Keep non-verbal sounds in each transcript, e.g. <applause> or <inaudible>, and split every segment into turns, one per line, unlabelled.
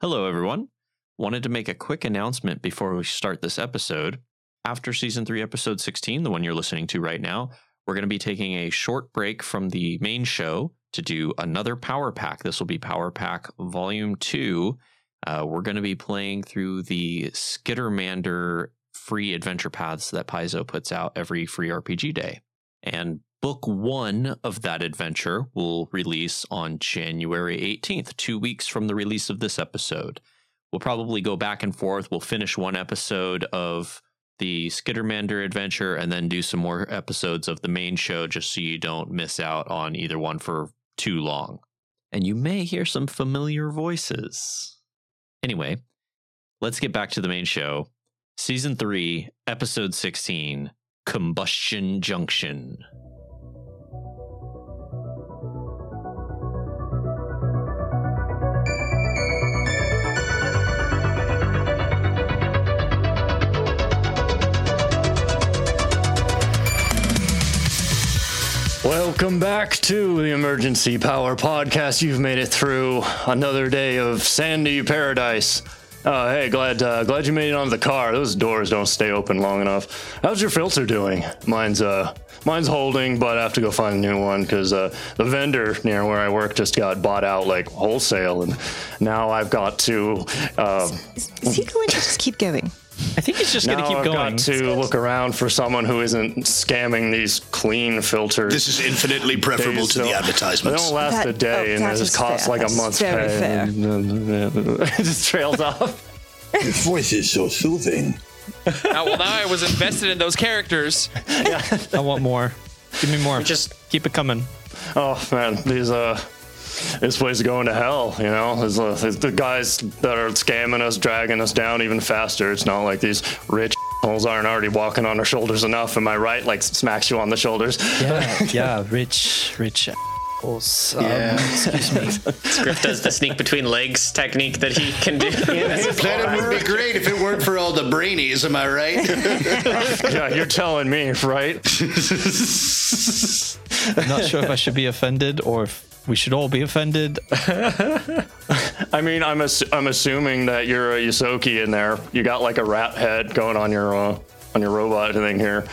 Hello, everyone. Wanted to make a quick announcement before we start this episode. After season three, episode 16, the one you're listening to right now, we're going to be taking a short break from the main show to do another Power Pack. This will be Power Pack Volume 2. Uh, we're going to be playing through the Skittermander free adventure paths that Paizo puts out every free RPG day. And book one of that adventure will release on January 18th, two weeks from the release of this episode. We'll probably go back and forth. We'll finish one episode of the Skittermander adventure and then do some more episodes of the main show just so you don't miss out on either one for too long. And you may hear some familiar voices. Anyway, let's get back to the main show. Season 3, Episode 16 Combustion Junction.
Welcome back to the Emergency Power Podcast. You've made it through another day of sandy paradise. Uh, hey, glad uh, glad you made it onto the car. Those doors don't stay open long enough. How's your filter doing? Mine's uh mine's holding, but I have to go find a new one because uh, the vendor near where I work just got bought out like wholesale, and now I've got to uh,
Is, is he going to just keep going?
I think he's just going
now
to keep
I've
going.
got to look around for someone who isn't scamming these clean filters.
This is infinitely preferable
days
to the
don't- They
advertisements.
don't last
That-
a day,
oh,
and
that
it
is
just costs
fair.
like a
That's
month's
very
pay.
fair.
it just trails off.
His voice is so soothing.
now, well, now I was invested in those characters.
I <laughs> want more. Give me more.
just-
Just keep it coming.
Oh man, these uh, this place is going to hell. You know, There's, uh, there's the guys that are scamming us, dragging us down even faster. It's not like these rich. Holes aren't already walking on their shoulders enough. Am I right? Like smacks you on the shoulders.
<laughs>
Yeah, yeah, rich, rich. assholes. Um,
Griff does the sneak between legs technique that he can do.
That would be great if it weren't for all the brainies, am I right?
<laughs> yeah, you're telling me,
<laughs>
right?
I'm not sure if I should be offended or if we should all be offended.
<laughs> I mean, I'm ass- I'm assuming that you're a Yosoki in there. You got like a rat head going on your uh, on your robot thing here.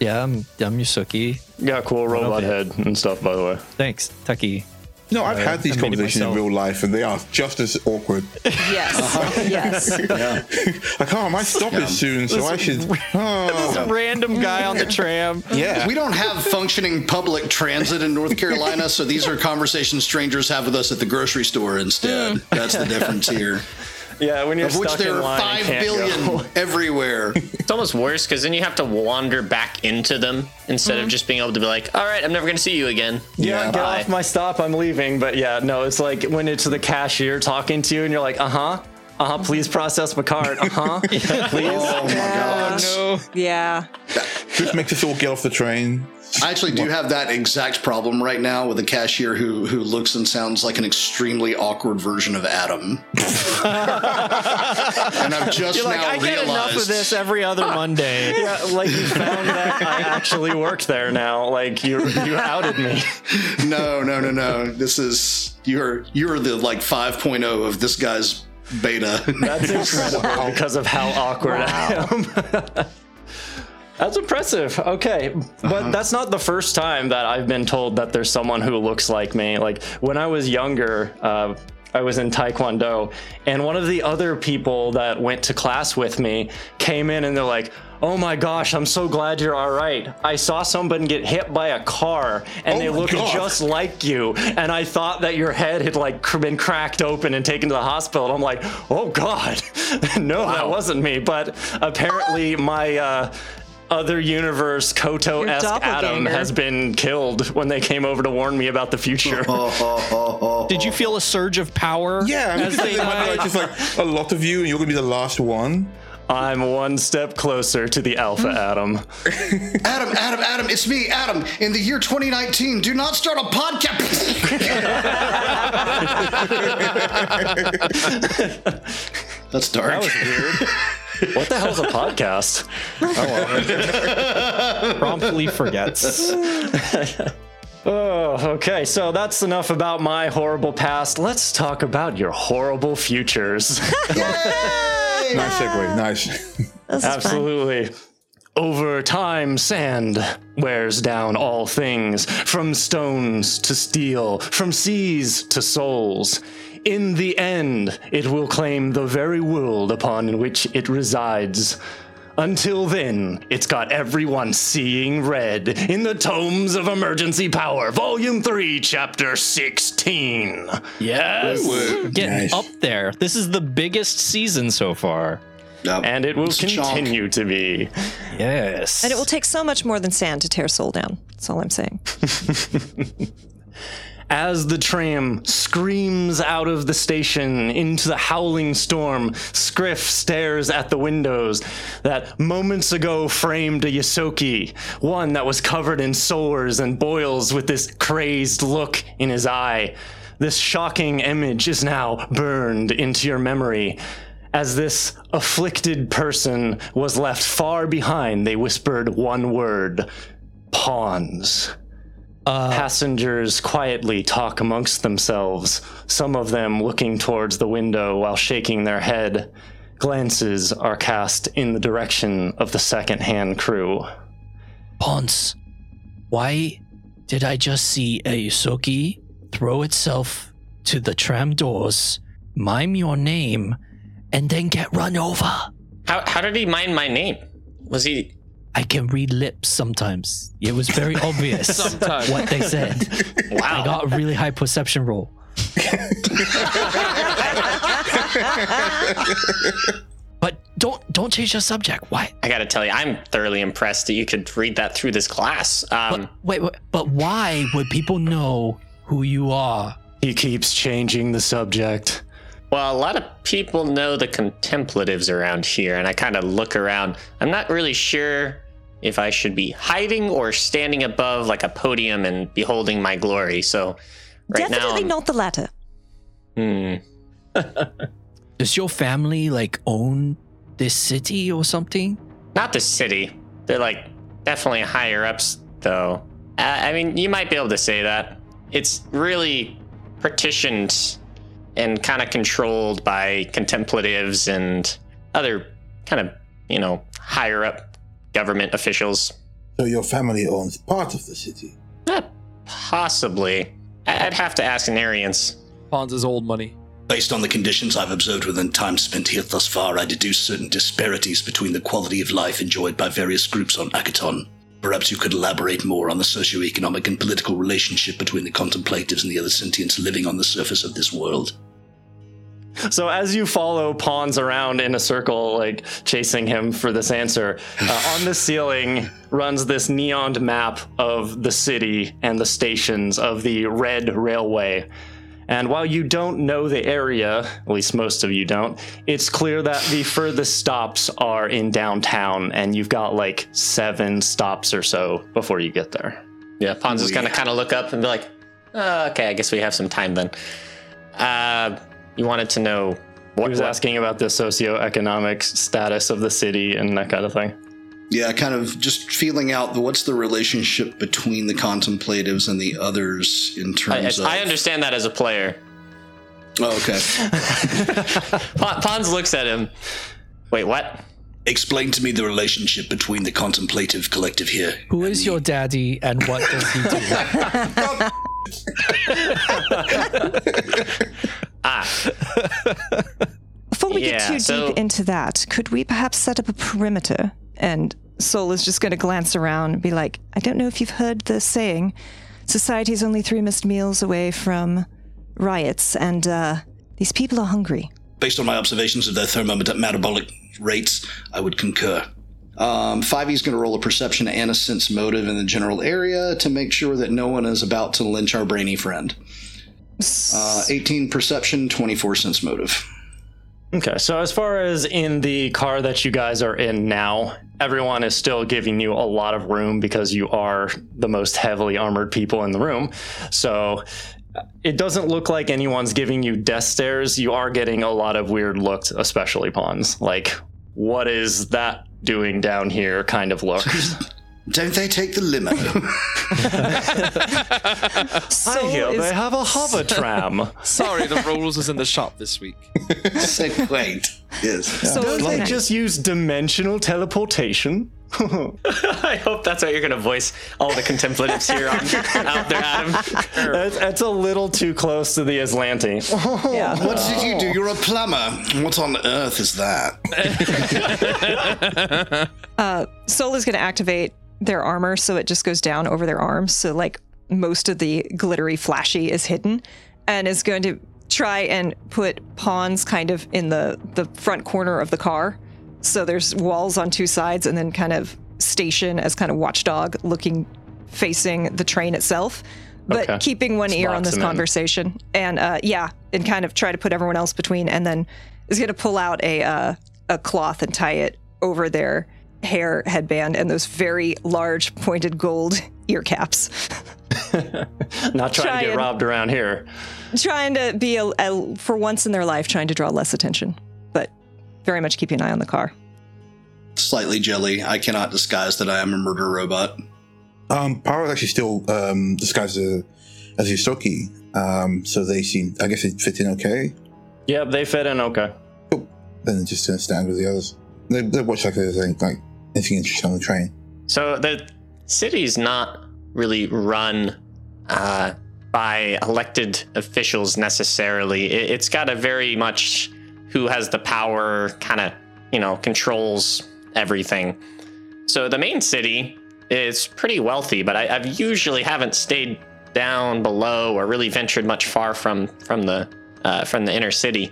Yeah, I'm, I'm Yusuke.
Yeah, cool robot
it.
head and stuff. By the way,
Thanks, Tucky. Uh,
No, I've had these
I made it
conversations in
myself.
real life, and they are just as awkward.
<laughs>
Uh-huh.
<laughs>
Yes.
<laughs>
yes.
I can't. My stop is soon, so I should. Oh,
Random guy on the tram.
yeah.
we don't have functioning public transit in North Carolina, so these are conversations strangers have with us at the grocery store
Hmm.
instead. That's the difference here.
yeah, when you're
Of which
stuck
there
in
are
line,
five
you can't go.
billion everywhere.
It's almost worse because then you have to wander back into them instead of just being able to be like, all right, I'm never going to see you again.
Mm-hmm. Yeah, get
Bye."
off my stop. I'm leaving. But yeah, no, it's like when it's the cashier talking to you, and you're like, uh huh, uh huh. Please process my card. Uh
<laughs>
huh.
<laughs> Oh my god.
Yeah.
Just makes us all get off the train.
I actually do have that exact problem right now with a cashier who who looks and sounds like an extremely awkward version of
<laughs>
Adam. and I've just
You're like,
now
I
realized.
get enough of this every other
<laughs>
Monday.
<laughs> yeah, like you found that I actually worked there now. Like you, you outed me.
<laughs> No, no, no, no. This is you're you're the like 5.0 of this guy's beta. <laughs>
<laughs>
That's incredible because of how awkward I am. <laughs> that's impressive. Okay. But
Uh-huh.
that's not the first time that I've been told that there's someone who looks like me. Like when I was younger, uh, I was in Taekwondo, and one of the other people that went to class with me came in and they're like, Oh my gosh, I'm so glad you're all right. I saw someone get hit by a car and
Oh
they
my
looked
God.
just like you. And I thought that your head had like cr- been cracked open and taken to the hospital. And I'm like, oh God, <laughs> no, that wasn't me. But apparently my uh, other universe Koto-esque
Your
Adam
doppelganger.
has been killed when they came over to warn me about
<laughs>
the future.
Did
<laughs>
you feel a surge of power?
Yeah, I'm
as
just <laughs>
they died?
like, just like a lot of you, and you're gonna be the last one.
I'm one step closer to the Alpha Adam.
Adam, Adam, Adam, it's me, Adam. In the year 2019, do not start a podcast.
<laughs>
That's dark.
<laughs> What the hell's a podcast?
<laughs>
promptly forgets.
<laughs> Oh, okay. So that's enough about my horrible past. Let's talk about your
<laughs>
horrible futures.
Nice segue. Nice.
<laughs> This is fun.
Absolutely. Over time, sand wears down all things, from stones to steel, from seas to souls. In the end, it will claim the very world upon which it resides. Until then, it's got everyone seeing red in the Tomes of Emergency Power, Volume 3, Chapter 16. Yes!
Getting
Nice.
up there. This is the biggest season so far.
Yep.
And it will
It's a chunk.
continue to be.
Yes.
And it will take so much more than sand to tear soul down. That's all I'm saying.
As the tram screams out of the station into the howling storm, Scriff stares at the windows that moments ago framed a Yosoki, one that was covered in sores and boils with this crazed look in his eye. This shocking image is now burned into your memory. As this afflicted person was left far behind, they whispered one word pawns. Uh, Passengers quietly talk amongst themselves, some of them looking towards the window while shaking their head. Glances are cast in the direction of the second-hand crew.
Ponce, why did I just see a Yusuke throw itself to the tram doors, mime your name, and then get run over?
How, how did he mind my name? Was he?
I can read lips sometimes. It was very obvious
Sometimes.
what they said. I got a really high perception roll. but don't don't change the subject. Why?
I gotta tell you, I'm thoroughly impressed that you could read that through this class. Um,
Wait, wait, but why would people know who you are?
He keeps changing the subject.
well, a lot of people know the contemplatives around here, and I kind of look around. I'm not really sure if I should be hiding or standing above like a podium and beholding my glory. So, right now,
Definitely
I'm-
not the latter.
Hmm.
Does your family like own this city or something?
Not the city. They're like definitely higher ups, though. Uh, I mean, you might be able to say that. It's really partitioned and kind of controlled by contemplatives and other kind of, you know, higher up government officials.
So your family owns part of the city.
Eh, possibly. I- I'd have to ask Narians.
Pawns is old money.
<laughs> Based on the conditions I've observed within time spent here thus far, I deduce certain disparities between the quality of life enjoyed by various groups on Akaton. Perhaps you could elaborate more on the socio-economic and political relationship between the contemplatives and the other sentients living on the surface of this world.
So as you follow pawns around in a circle, like chasing him for this answer,
<laughs>
uh, on the ceiling runs this neon map of the city and the stations of the Red Railway. And while you don't know the area, at least most of you don't, it's clear that the furthest stops are in downtown, and you've got like seven stops or so before you get there.
Yeah, Ponzo's gonna kind of look up and be like, "Uh, "Okay, I guess we have some time then." Uh, you wanted to know
He
what
was
what-
asking about the socioeconomic status of the city and that kind
<laughs>
of thing.
Yeah, kind of just feeling out the, what's the relationship between the contemplatives and the others in
I,
terms of.
I understand that as a player. <laughs>
Oh, okay.
Pon- Pons looks at him. Wait, what?
Explain to me the relationship between the contemplative collective here.
Who is your daddy and what does he do?
Ah.
Before we
<laughs>
Yeah,
get too
so-
deep into that, could we perhaps set up a perimeter? And Soul is just going to glance around and be like, I don't know if you've heard the saying, society's only three missed meals away from riots, and uh, these people are hungry.
based on my observations of their thermometabolic rates, I would concur. Um, 5e's going to roll a perception and a sense motive in the general area to make sure that no one is about to lynch our brainy friend. Uh, 18 perception, 24 sense motive.
Okay, so as far as in the car that you guys are in now, everyone is still giving you a lot of room because you are the most heavily armored people in the room. So uh, it doesn't look like anyone's giving you death stares. You are getting a lot of weird looks, <laughs> especially pawns. Like, what is that doing down here kind of looks.
Don't they take the limo? <laughs>
I
Soul
hear
is
they have a hover tram.
Sorry, the rules is in the shop this week.
Segway. Yes.
Soul
Don't
is
they
nice.
just use dimensional teleportation? <laughs>
I hope that's what you're going to voice all the contemplatives here on, out there, Adam.
That's, that's a little too close to the
<laughs>
Aslanti.
yeah.
Oh, What did you do? You're a plumber. What on earth is that?
Soul Uh, is going to activate their armor so it just goes down over their arms. So, like, most of the glittery flashy is hidden and is going to try and put pawns kind of in the, the front corner of the car. So there's walls on two sides and then kind of station as kind of watchdog looking facing the train itself. But
Okay.
keeping one ear on
locks
this
them in.
conversation, and uh, yeah, and kind of try to put everyone else between, and then is going to pull out a uh, a cloth and tie it over their hair headband and those very large pointed gold ear caps,
Not trying to
Trying.
get robbed around here.
trying to be a, a- for once in their life trying to draw less attention, but very much keeping an eye on the car.
<laughs> Slightly jelly. I cannot disguise that I am a murder robot.
Um, Power is actually still um, disguised as, as Yosoki, um, so they seem. I guess they fit in okay.
Yep, they fit in okay.
Then they just uh, stand with the others. They, they watch like there's like, like anything interesting on the train.
So the city's not really run uh, by elected officials necessarily. It, it's got a very much who has the power kind of, you know, controls everything. So the main city is pretty wealthy, but I, I've usually haven't stayed down below or really ventured much far from from the uh, from the inner city.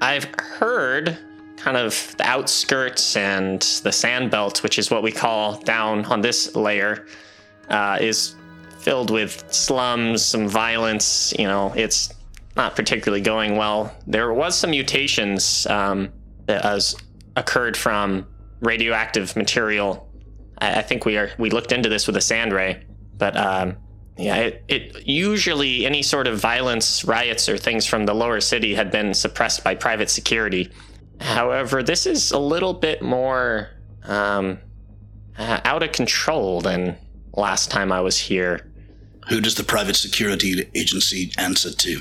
I've heard kind of the outskirts and the sand belt, which is what we call down on this layer, uh, is filled with slums, some violence. You know, it's not particularly going well. There was some mutations um, that has occurred from radioactive material. I, I think we are we looked into this with a sand ray, but um, yeah, it, it usually any sort of violence, riots, or things from the lower city had been suppressed by private security. However, this is a little bit more um, uh, out of control than last time I was here.
Who does the private security agency answer to?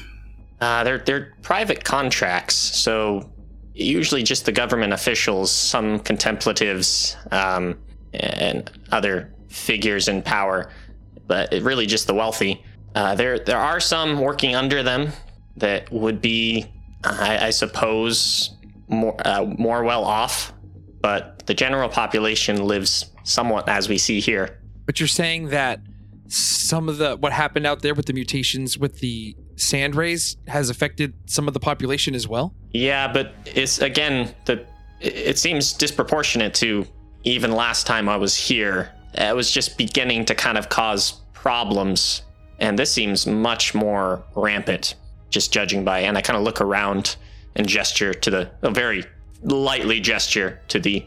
Uh, they're they're private contracts, so usually just the government officials, some contemplatives, um, and other figures in power, but it really just the wealthy. Uh, there there are some working under them that would be, I, I suppose, more uh, more well off, but the general population lives somewhat as we see here.
But you're saying that some of the what happened out there with the mutations with the sand rays has affected some of the population as well.
Yeah, but it's again the it- it seems disproportionate to even last time I was here. It was just beginning to kind of cause problems, and this seems much more rampant, just judging by. And I kind of look around and gesture to the a very lightly gesture to the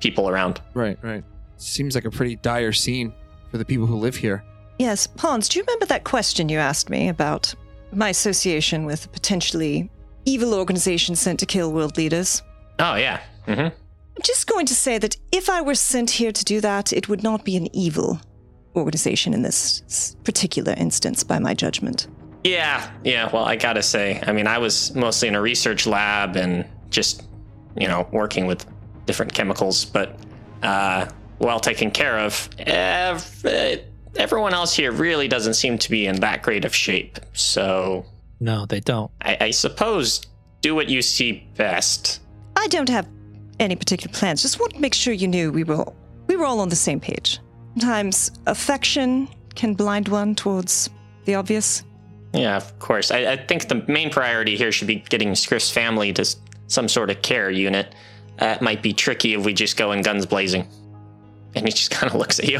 people around.
Right, right. Seems like a pretty dire scene for the people who live here.
Yes, Pons, do you remember that question you asked me about my association with a potentially evil organization sent to kill world leaders?
Oh yeah, hmm
I'm just going to say that if I were sent here to do that, it would not be an evil organization in this s- particular instance, by my judgment.
yeah, yeah. Well, I gotta say, I mean, I was mostly in a research lab and just you know, working with different chemicals, but uh, well taken care of. Ev- eh, everyone else here really doesn't seem to be in that great of shape. So
<laughs> No, they don't.
I, I suppose do what you see best.
I don't have any particular plans. Just want to make sure you knew we were we were all on the same page. Sometimes affection can blind one towards the obvious.
Yeah, of course. I, I think the main priority here should be getting Scriff's family to s- some sort of care unit. That might be tricky if we just go in guns blazing. And he just <laughs> kind of looks at you.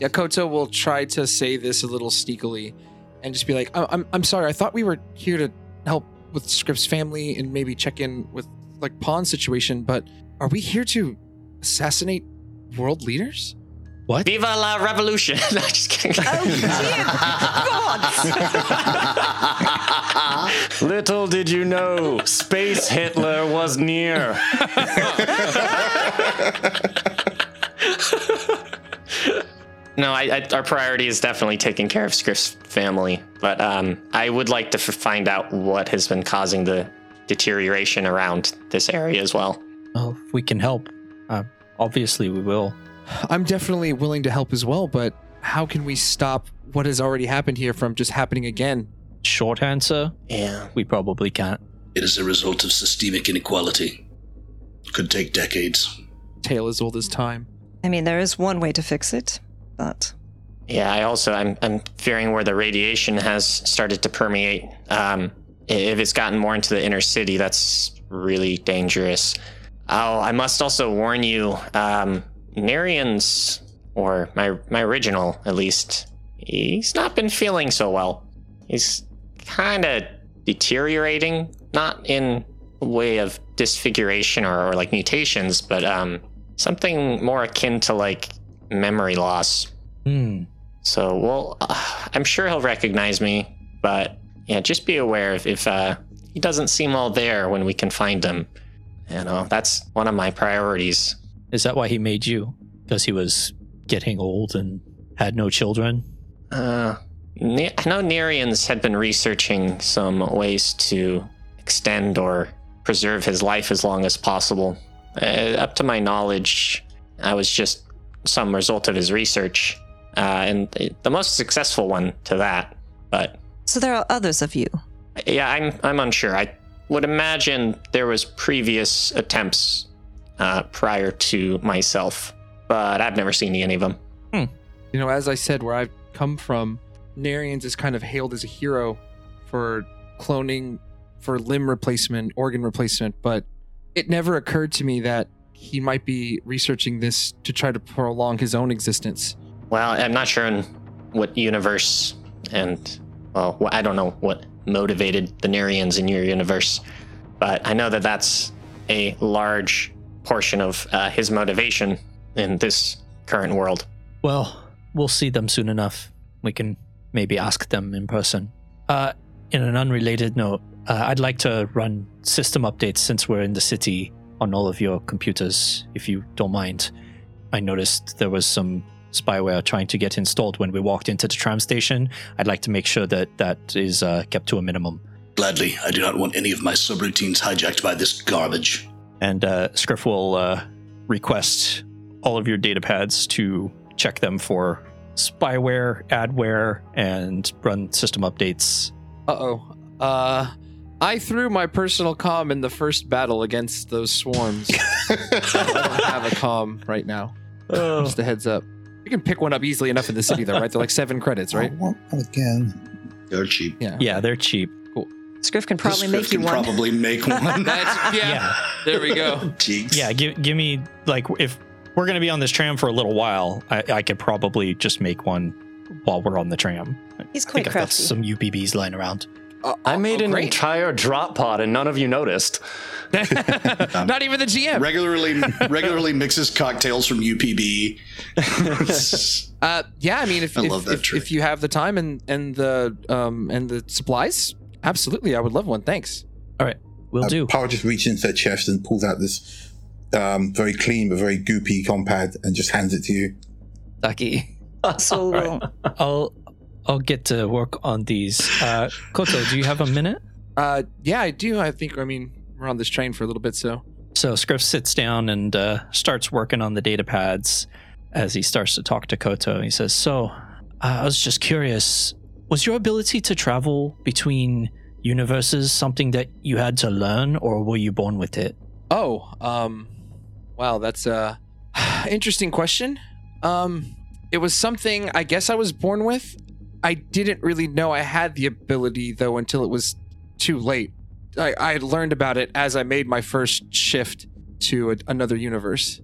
Yakoto will try to say this a little sneakily and just be like, "Oh, I'm, I'm sorry, I thought we were here to help with Scripps' family and maybe check in with like Pawn's situation, but are we here to assassinate world leaders?
What?
Viva <laughs> la uh,
<laughs>
revolution! no, just kidding.
Little did you know, Space Hitler was near.
No, I, I, our priority is definitely taking care of Scriff's family, but um, I would like to f- find out what has been causing the deterioration around this area as well.
Well, if we can help, uh, obviously we will.
I'm definitely willing to help as well, but how can we stop what has already happened here from just happening again?
Short answer,
Yeah.
we probably can't.
It is a result of systemic inequality. Could take decades.
Tale as old as time.
I mean, there is one way to fix it, but
Yeah, I also I'm I'm fearing where the radiation has started to permeate. Um, i- if it's gotten more into the inner city, that's really dangerous. Oh, I must also warn you, um, Narian's or my my original at least, he's not been feeling so well. He's kind of deteriorating, not in a way of disfiguration or, or like mutations, but um, something more akin to like memory loss.
Hmm.
So, well, <sighs> uh, I'm sure he'll recognize me, but yeah, just be aware if, if uh, he doesn't seem all there when we can find him. You know, that's one of my priorities.
Is that why he made you? Because he was getting old and had no children?
Uh, Ne- I know Nerians had been researching some ways to extend or preserve his life as long as possible. Uh, up to my knowledge, I was just some result of his research, uh, and the- the most successful one to that. But
so there are others of you.
Yeah, I'm I'm unsure. I would imagine there was previous attempts uh, prior to myself, but I've never seen any of them.
You know, as I said, where I've come from, Narians is kind of hailed as a hero for cloning, for limb replacement, organ replacement, but it never occurred to me that he might be researching this to try to prolong his own existence.
Well, I'm not sure in what universe, and well, wh- I don't know what motivated the Nerians in your universe, but I know that that's a large portion of uh, his motivation in this current world.
Well, we'll see them soon enough. We can maybe ask them in person. Uh, in an unrelated note, uh, I'd like to run system updates since we're in the city on all of your computers, if you don't mind. I noticed there was some spyware trying to get installed when we walked into the tram station. I'd like to make sure that that is uh, kept to a minimum.
Gladly, I do not want any of my subroutines hijacked by this garbage.
and uh, Scriff will uh, request all of your data pads to check them for spyware, adware, and run system updates.
Uh-oh. Uh I threw my personal comm in the first battle against those swarms. I don't have a comm right now. Just a heads up. You can pick one up easily enough in the city though, right? They're like seven credits, right?
I want that again.
They're cheap.
Yeah.
Yeah, they're cheap.
Scriff can probably
This
make
script
you
can
one.
Probably
<laughs>
make one.
That's, yeah,
Yeah,
There we go.
<laughs> Jeez.
yeah. Give give me like if we're gonna be on this tram for a little while, I, I could probably just make one while we're on the tram.
He's
I think
quite
I've got
crafty.
some UBBs lying around.
Uh,
I made
oh,
an
great.
entire drop pod and none of
<laughs>
you noticed.
Not even the GM.
Regularly, regularly mixes cocktails from UPB.
<laughs> Uh, yeah, I mean, if
I
if,
love that
if-
trick.
if you <laughs> have the time and and the um and the supplies, absolutely, I would love one. Thanks.
Will
Uh,
do.
Power just reaches into their chest and pulls out this um, very clean but very goopy compad and just hands it to you.
Ducky.
<laughs>
Sol will
<laughs> I'll I'll get to work on these. Uh, Koto, do you have a minute?
<laughs> Uh, yeah, I do. I think. I mean, we're on this train for a little bit, so
So Scriff sits down and uh, starts working on the data pads as he starts to talk to Koto. He says, So, uh, I was just curious, was your ability to travel between universes something that you had to learn, or were you born with it?
Oh, um, wow, that's a <sighs> interesting question. Um, it was something I guess I was born with. I didn't really know I had the ability though until it was too late. I, I had learned about it as I made my first shift to a, another universe.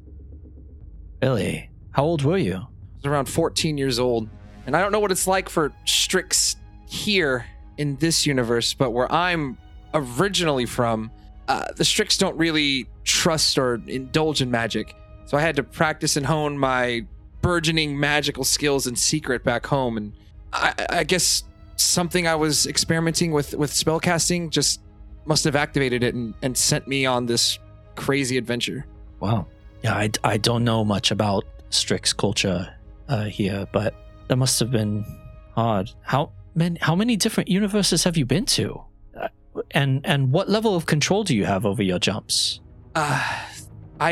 Really? How old were you?
I was around 14 years old, and I don't know what it's like for Strix here in this universe, but where I'm originally from, uh, the Strix don't really trust or indulge in magic. So I had to practice and hone my burgeoning magical skills in secret back home, and I, I I guess something I was experimenting with with spellcasting just must have activated it and, and sent me on this crazy adventure.
Wow. Yeah, I, I don't know much about Strix culture. uh, here, but that must have been hard. How many how many different universes have you been to? Uh, And and what level of control do you have over your jumps?
Uh,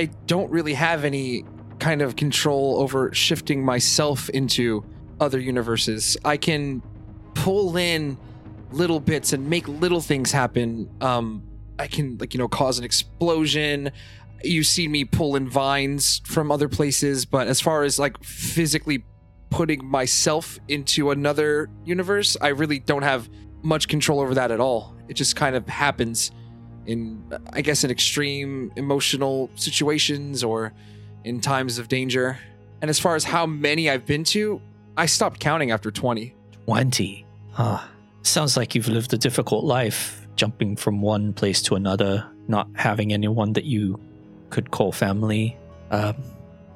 I don't really have any kind of control over shifting myself into other universes. I can pull in little bits and make little things happen. Um, I can, like, you know, cause an explosion. You see me pull in vines from other places, but as far as like physically putting myself into another universe, I really don't have much control over that at all. It just kind of happens in I guess in extreme emotional situations or in times of danger. And as far as how many I've been to, I stopped counting after 20.
Twenty. Ah, sounds like you've lived a difficult life, jumping from one place to another, not having anyone that you could call family. Um,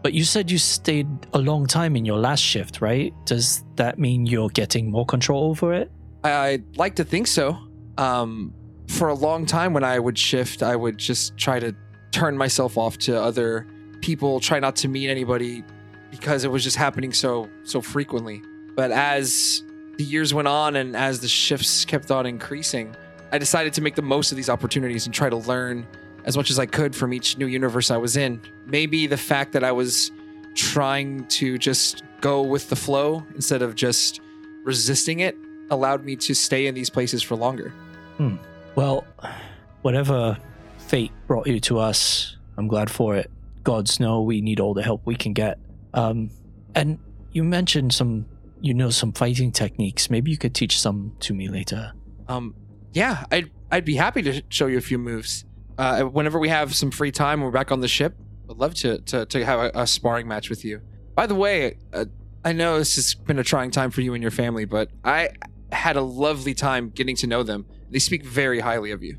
but you said you stayed a long time in your last shift, right? Does that mean you're getting more control over it?
I'd like to think so. Um, for a long time, when I would shift, I would just try to turn myself off to other people, try not to meet anybody, because it was just happening so so frequently. But as the years went on and as the shifts kept on increasing, I decided to make the most of these opportunities and try to learn as much as I could from each new universe I was in. Maybe the fact that I was trying to just go with the flow instead of just resisting it allowed me to stay in these places for longer.
Hmm.
Well, whatever fate brought you to us, I'm glad for it. Gods know we need all the help we can get. Um, and you mentioned some, you know, some fighting techniques. Maybe you could teach some to me later.
Um, yeah, I'd I'd be happy to show you a few moves. Uh, whenever we have some free time, we're back on the ship. I'd love to to, to have a, a sparring match with you. By the way, uh, I know this has been a trying time for you and your family, but I had a lovely time getting to know them. They speak very highly of you.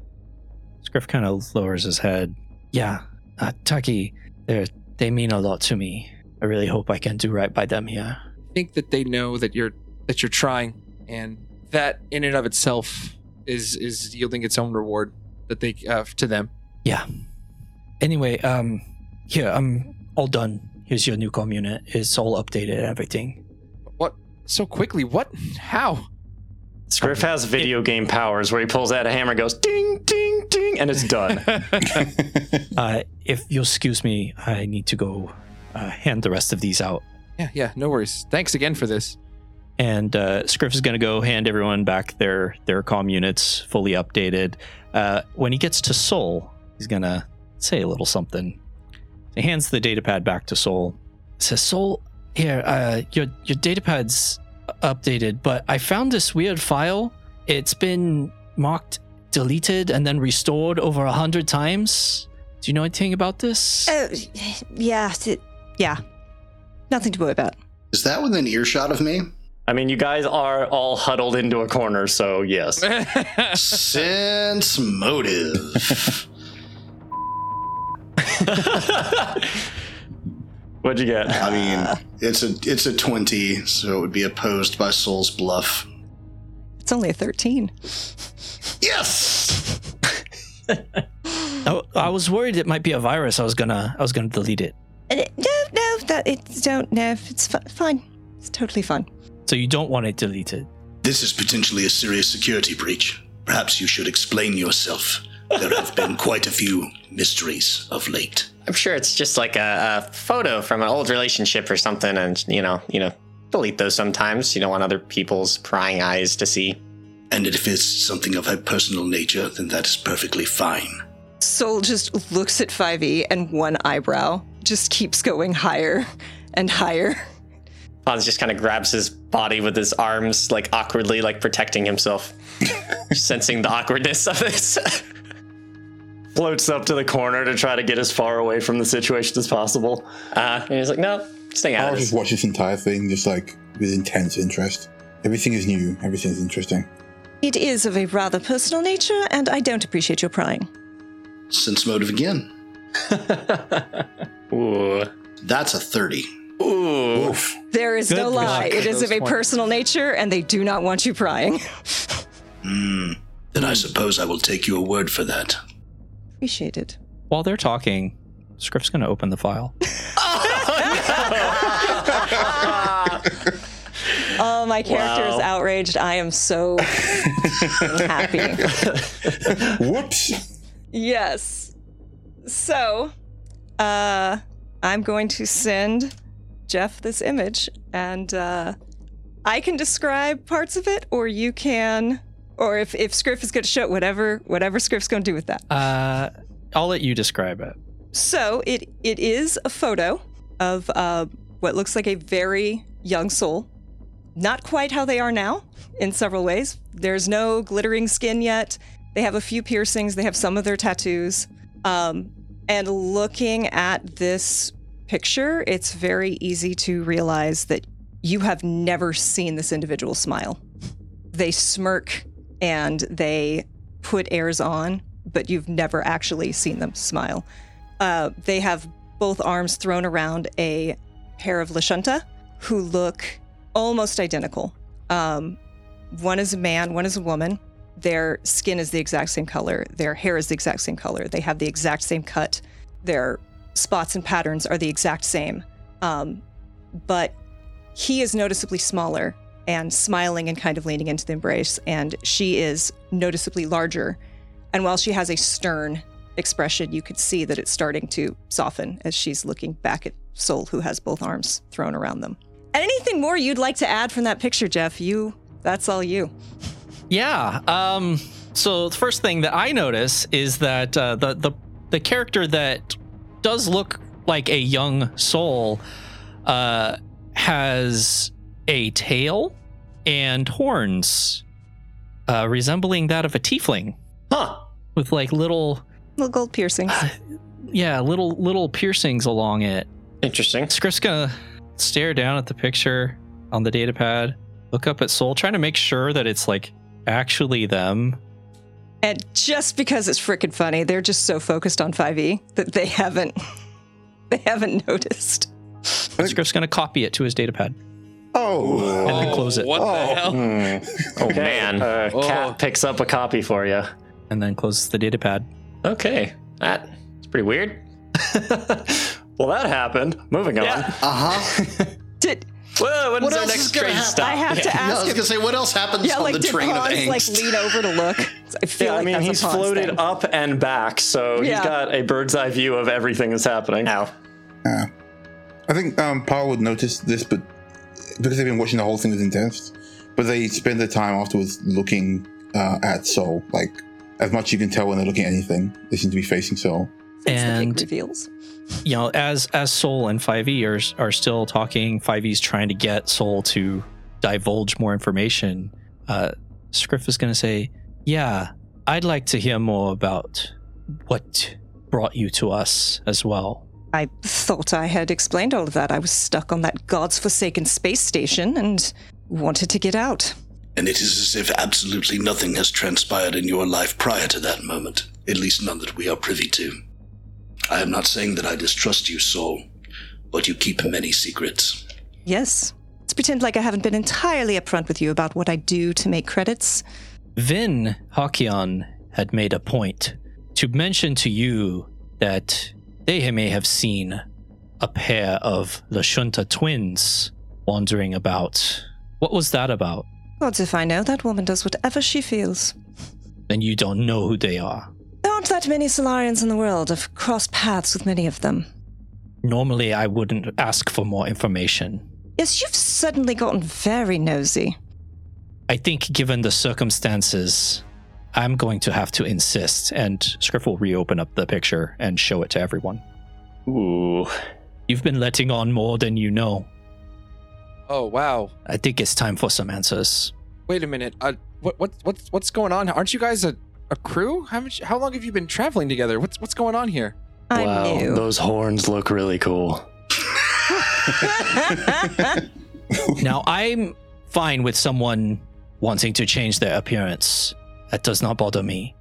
Scriff kind of lowers his head.
Yeah, uh, Tucky, they they mean a lot to me. I really hope I can do right by them here.
think that they know that you're that you're trying and that in and of itself is is yielding its own reward that they uh, to them
Anyway, um, here I'm all done. Here's your new comm unit. It's all updated and everything.
so quickly what how
Scriff has video game powers where he pulls out a hammer and goes ding, ding, ding, and it's
<laughs>
done.
Uh, if you'll excuse me, I need to go uh, hand the rest of these out.
<laughs> yeah yeah no worries thanks again for this
And uh, Scriff is going to go hand everyone back their their comm units, fully updated. Uh, when he gets to Soul, he's going to say a little something. He hands the datapad back to Soul.
says Soul, here, uh, your your datapad's updated, but I found this weird file. It's been marked deleted and then restored over a hundred times. Do you know anything about this?
Oh, <sighs> yeah, t- yeah. Nothing to worry about.
Is that within earshot of me?
I mean, you guys are all huddled into a corner, so yes.
Sense motive.
<laughs> What'd you get?
I mean, it's a it's a twenty, so it would be opposed by Soul's bluff.
It's only a 13.
Yes.
I, I was worried it might be a virus. I was gonna I was gonna delete it.
And it- no, no, that, it's don't, no, it's fi- fine. It's totally fine.
So you don't want it deleted.
This is potentially a serious security breach. Perhaps you should explain yourself. There have
<laughs>
been quite a few mysteries of late.
I'm sure it's just like a, a photo from an old relationship or something, and you know, you know, delete those sometimes. You don't want other people's prying eyes to see.
And if it's something of a personal nature, then that is perfectly fine.
Soul just looks at 5e and one eyebrow just keeps going higher and higher.
Hans just kind of grabs his body with his arms, like awkwardly, like protecting himself, sensing the awkwardness of this. <laughs>
Floats up to the corner to try to get as far away from the situation as possible.
Uh, and he's like, "No, stay out
I'll
of
just
this."
watch this entire thing just like with intense interest. Everything is new. Everything's interesting.
It is of a rather personal nature, and I don't appreciate your prying.
Sense motive again.
<laughs>
Ooh,
That's a 30.
ooh.
<laughs>
Oof.
There is no
Good
lie.
luck.
It is
Those
of a
points.
personal nature, and they do not want you prying.
Hmm. Then I suppose I will take your word for that.
Appreciate it.
While they're talking, Scriff's going to open the file.
Oh, my character is
Wow.
outraged. I am so <laughs>
<laughs>
happy.
Whoops.
Yes. So, uh, I'm going to send Jeff this image, and uh, I can describe parts of it, or you can, or if if Scriff is going to show it, whatever whatever Scriff's going to do with that.
<laughs> Uh, I'll let you describe it.
So it it is a photo of uh, what looks like a very young soul, not quite how they are now in several ways. There's no glittering skin yet. They have a few piercings. They have some of their tattoos. Um, and looking at this picture, it's very easy to realize that you have never seen this individual smile. They smirk and they put airs on, but you've never actually seen them smile. Uh, they have both arms thrown around a pair of Lashunta who look almost identical. Um, one is a man, one is a woman. Their skin is the exact same color. Their hair is the exact same color. They have the exact same cut. Their spots and patterns are the exact same. Um, but he is noticeably smaller and smiling and kind of leaning into the embrace, and she is noticeably larger. And while she has a stern expression, you could see that it's starting to soften as she's looking back at Soul, who has both arms thrown around them. And anything more you'd like to add from that picture, Jeff? You, that's all you.
Yeah. Um, so the first thing that I notice is that uh, the the the character that does look like a young soul uh, has a tail and horns, uh, resembling that of a tiefling,
Huh.
with like little
Little gold piercings.
yeah little little piercings along it.
Interesting.
Script's gonna stare down at the picture on the data pad, look up at Soul, trying to make sure that it's like actually them
And just because it's frickin' funny, they're just so focused on 5e that they haven't, <laughs> they haven't noticed.
Script's going to copy it to his datapad
Oh.
and then close it
What the hell?
Oh man.
Uh,
Oh.
Cat picks up a copy for you.
and then closes the datapad.
Okay.
Oh.
That's pretty weird.
Well, that happened. Moving on.
Yeah.
Uh huh.
Did,
Well, when's
What
our
else is
next
gonna
train
happen?
stop?
I have to
No, I
ask
was
if-
gonna say, what else happens
yeah,
on
like
the
did
train of
Pons
angst?
like lean over to look? I feel
Yeah,
like
I mean,
that's
he's
a Pons
floated
thing.
up and back, so he's
Yeah.
got a bird's eye view of everything that's happening.
Ow.
I think um, Paul would notice this, but because they've been watching the whole thing with intense, but they spend their time afterwards looking uh, at Soul. Like, as much you can tell when they're looking at anything, they seem to be facing Soul.
Since the
and-
big reveals.
You know, as as Soul and 5e are are still talking, 5e's trying to get Soul to divulge more information. Uh Scriff is going to say, "Yeah, I'd like to hear more about what brought you to us as well."
I thought I had explained all of that. I was stuck on that God's forsaken space station and wanted to get out.
And it is as if absolutely nothing has transpired in your life prior to that moment, at least none that we are privy to. I am not saying that I distrust you, Soul, but you keep many secrets.
Yes. Let's pretend like I haven't been entirely upfront with you about what I do to make credits.
Vin Hakion had made a point to mention to you that they may have seen a pair of Lashunta twins wandering about. What was that about?
Gods if I know, that woman does whatever she feels.
Then you don't know who they are.
There aren't that many Solarians in the world. I've crossed paths with many of them.
Normally, I wouldn't ask for more information.
Yes, you've suddenly gotten very nosy.
I think, given the circumstances, I'm going to have to insist. And Scriff will reopen up the picture and show it to everyone.
Ooh.
You've been letting on more than you know.
Oh wow.
I think it's time for some answers.
Wait a minute. Uh, what what what's what's going on? Aren't you guys a, a crew? How much? How long have you been traveling together? What's what's going on here?
I
wow,
knew.
those horns look really cool.
<laughs>
Now, I'm fine with someone wanting to change their appearance. That does not bother me.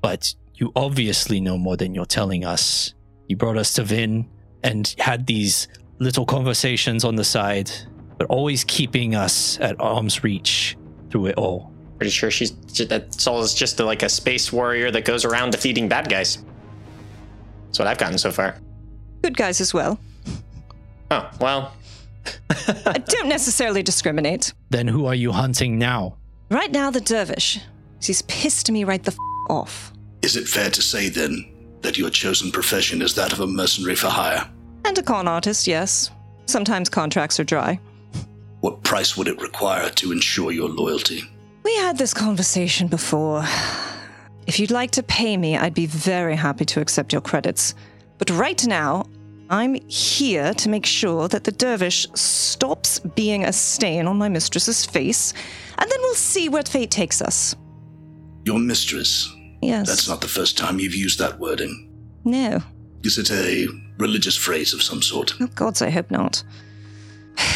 But you obviously know more than you're telling us. You brought us to Vin and had these little conversations on the side. They're always keeping us at arm's reach through it all.
Pretty sure she's that Soul is just like a space warrior that goes around defeating bad guys. That's what I've gotten so far.
Good guys as well.
Oh well.
I don't necessarily discriminate.
Then who are you hunting now?
Right now, the dervish. He's pissed me right the f- off.
Is it fair to say then that your chosen profession is that of a mercenary for hire?
And a con artist, yes. Sometimes contracts are dry.
What price would it require to ensure your loyalty?
We had this conversation before. If you'd like to pay me, I'd be very happy to accept your credits. But right now, I'm here to make sure that the dervish stops being a stain on my mistress's face, and then we'll see where fate takes us.
Your mistress.
Yes.
That's not the first time you've used that wording.
No.
Is it a religious phrase of some sort?
<laughs> Oh, gods, I hope not. <sighs>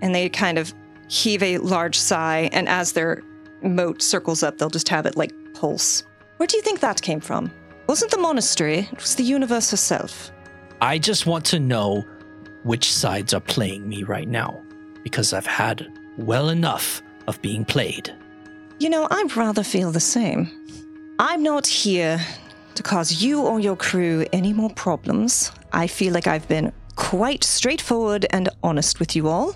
and they kind of heave a large sigh, and as their moat circles up, they'll just have it like pulse. Where do you think that came from? Wasn't the monastery, it was the universe herself.
I just want to know which sides are playing me right now because I've had well enough of being played.
You know, I rather feel the same. I'm not here to cause you or your crew any more problems. I feel like I've been quite straightforward and honest with you all,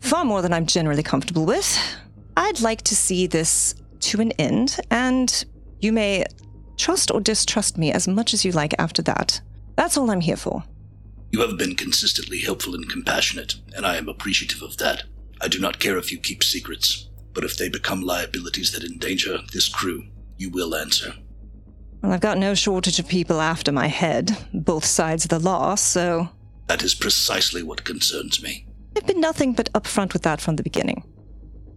far more than I'm generally comfortable with. I'd like to see this to an end, and you may trust or distrust me as much as you like after that. That's all I'm here for.
You have been consistently helpful and compassionate, and I am appreciative of that. I do not care if you keep secrets, but if they become liabilities that endanger this crew, you will answer.
Well, I've got no shortage of people after my head, both sides of the law, so
That is precisely what concerns me.
I've been nothing but upfront with that from the beginning.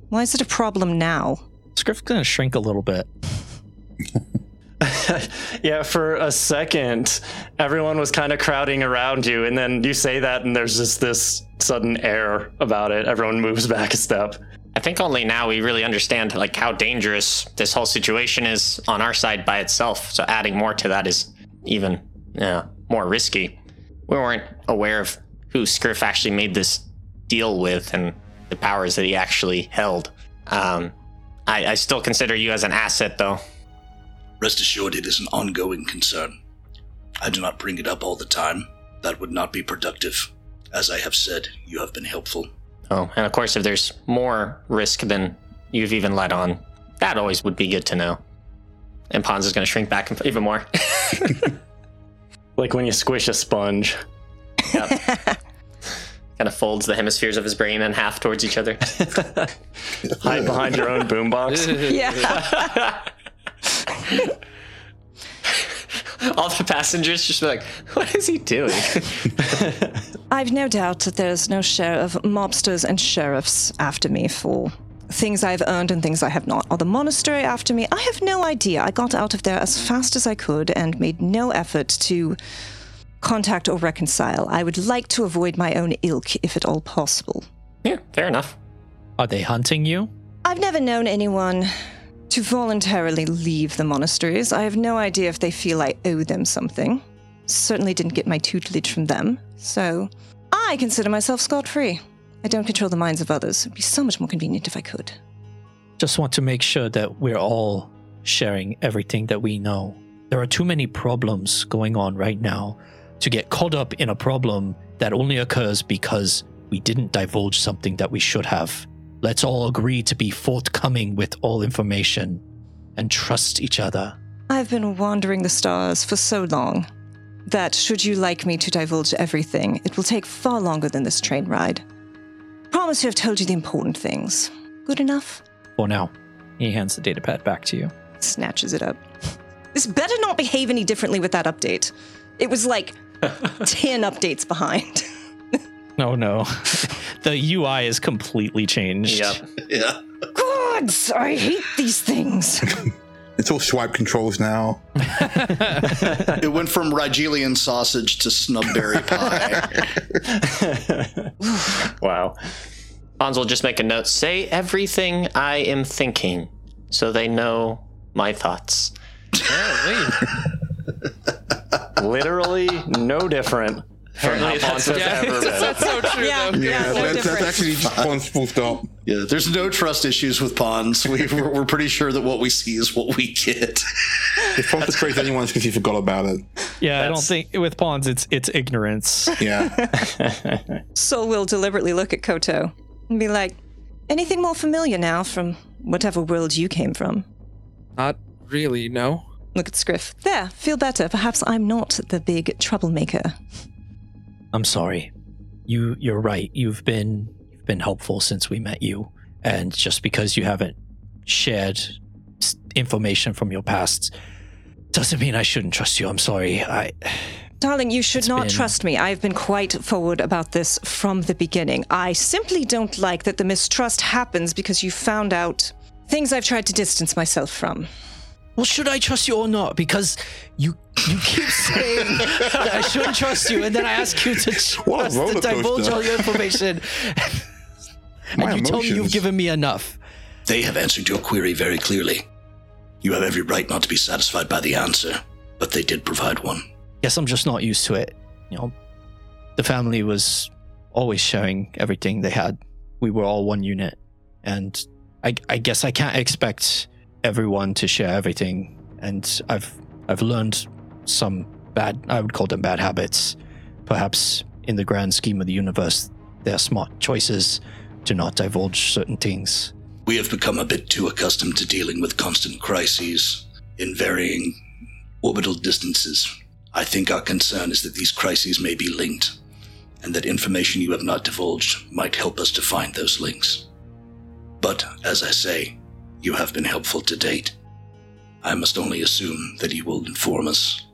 Why is it a problem now?
Scriff's gonna shrink a little bit.
yeah, for a second, everyone was kind of crowding around you, and then you say that, and there's just this sudden
<laughs>
air about it. Everyone moves back a step.
I think only now we really understand like how dangerous this whole situation is on our side by itself. So adding more to that is even yeah, more risky. We weren't aware of who Skriff actually made this deal with and the powers that he actually held. Um, I, I still consider you as an asset, though.
Rest assured, it is an ongoing concern. I do not bring it up all the time. That would not be productive. As I have said, you have been helpful.
Oh, and of course, if there's more risk than you've even let on, that always would be good to know. And Pons is going to shrink back <laughs> even more.
<laughs> Like when you squish a sponge.
<laughs> kind of folds the hemispheres of his brain in half towards each other.
<laughs> Hide behind your own boombox.
Yeah.
<laughs> All the passengers just be like, "What is he doing?" <laughs>
I've no doubt that there's no share of mobsters and sheriffs after me for things I've earned and things I have not. Or the monastery after me. I have no idea. I got out of there as fast as I could and made no effort to contact or reconcile. I would like to avoid my own ilk if at all possible.
yeah, fair enough.
Are they hunting you?
I've never known anyone to voluntarily leave the monasteries. I have no idea if they feel I owe them something. Certainly didn't get my tutelage from them, so I consider myself scot free. I don't control the minds of others. It'd be so much more convenient if I could.
Just want to make sure that we're all sharing everything that we know. There are too many problems going on right now to get caught up in a problem that only occurs because we didn't divulge something that we should have. Let's all agree to be forthcoming with all information and trust each other.
I've been wandering the stars for so long that, should you like me to divulge everything, it will take far longer than this train ride. Promise you I've told you the important things. Good enough?
For now, he hands the data pad back to you.
snatches it up. This better not behave any differently with that update. It was <laughs> like 10 updates behind.
No,
Oh, <laughs>
no. the UI is completely changed.
Yep.
Yeah.
<laughs> Gods, I hate these <laughs> things.
It's all swipe controls now.
It went from Rigelian sausage to snubberry pie.
Wow.
Pons will just make a note. Say everything I am thinking, so they know my thoughts.
<laughs>
Literally no different.
from how Ponce has
yeah,
ever been.
<laughs> that's so true.
Yeah,
though.
yeah, no
that's, that's
difference.
actually just Ponce full stop.
Yeah, there's no trust issues with ponds. We, we're, we're pretty sure that what we see is what we get.
If Ponce betrays anyone, it's because he forgot about
<laughs>
it.
Yeah, I don't think with pawns it's it's ignorance. <laughs>
Yeah.
Sol will deliberately look at Koto and be like, anything more familiar now from whatever world you came from?
Not really. No.
Look at Scriff. There, feel better. Perhaps I'm not the big troublemaker.
I'm sorry. You you're right. You've been you've been helpful since we met you, and just because you haven't shared s- information from your past doesn't mean I shouldn't trust you. I'm sorry. I
Darling, you should not
been-
trust me. I've been quite forward about this from the beginning. I simply don't like that the mistrust happens because you found out things I've tried to distance myself from.
well, should I trust you or not? Because you you keep saying that I shouldn't trust you, and then I ask you to,
What a
trust, to
<laughs> roller
divulge
coaster.
all your information, and
My
you tell me you've
emotions.
given me enough.
They have answered your query very clearly. You have every right not to be satisfied by the answer, but they did provide one.
guess I'm just not used to it. You know, the family was always sharing everything they had. We were all one unit, and I, I guess I can't expect everyone to share everything. And I've I've learned some bad I would call them bad habits. Perhaps in the grand scheme of the universe, they're smart choices to not divulge certain things.
We have become a bit too accustomed to dealing with constant crises in varying orbital distances. I think our concern is that these crises may be linked, and that information you have not divulged might help us to find those links. But, as I say, you have been helpful to date. I must only assume that you will inform us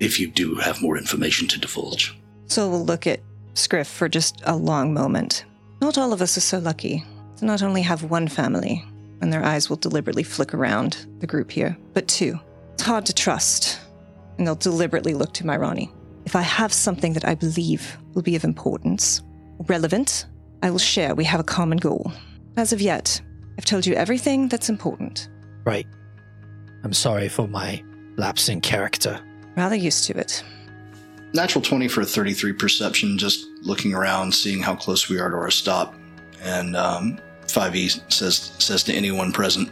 if you do have more information to divulge.
Sol will look at Scriff for just a long moment. Not all of us are so lucky to not only have one family, and their eyes will deliberately flick around the group here, but two. It's hard to trust, and they'll deliberately look to Myrani. If I have something that I believe will be of importance, relevant, I will share. We have a common goal. As of yet, I've told you everything that's important.
Right. I'm sorry for my lapse in character.
Rather used to it.
natural 20 for a 33 perception just looking around seeing how close we are to our stop and um, 5e says says to anyone present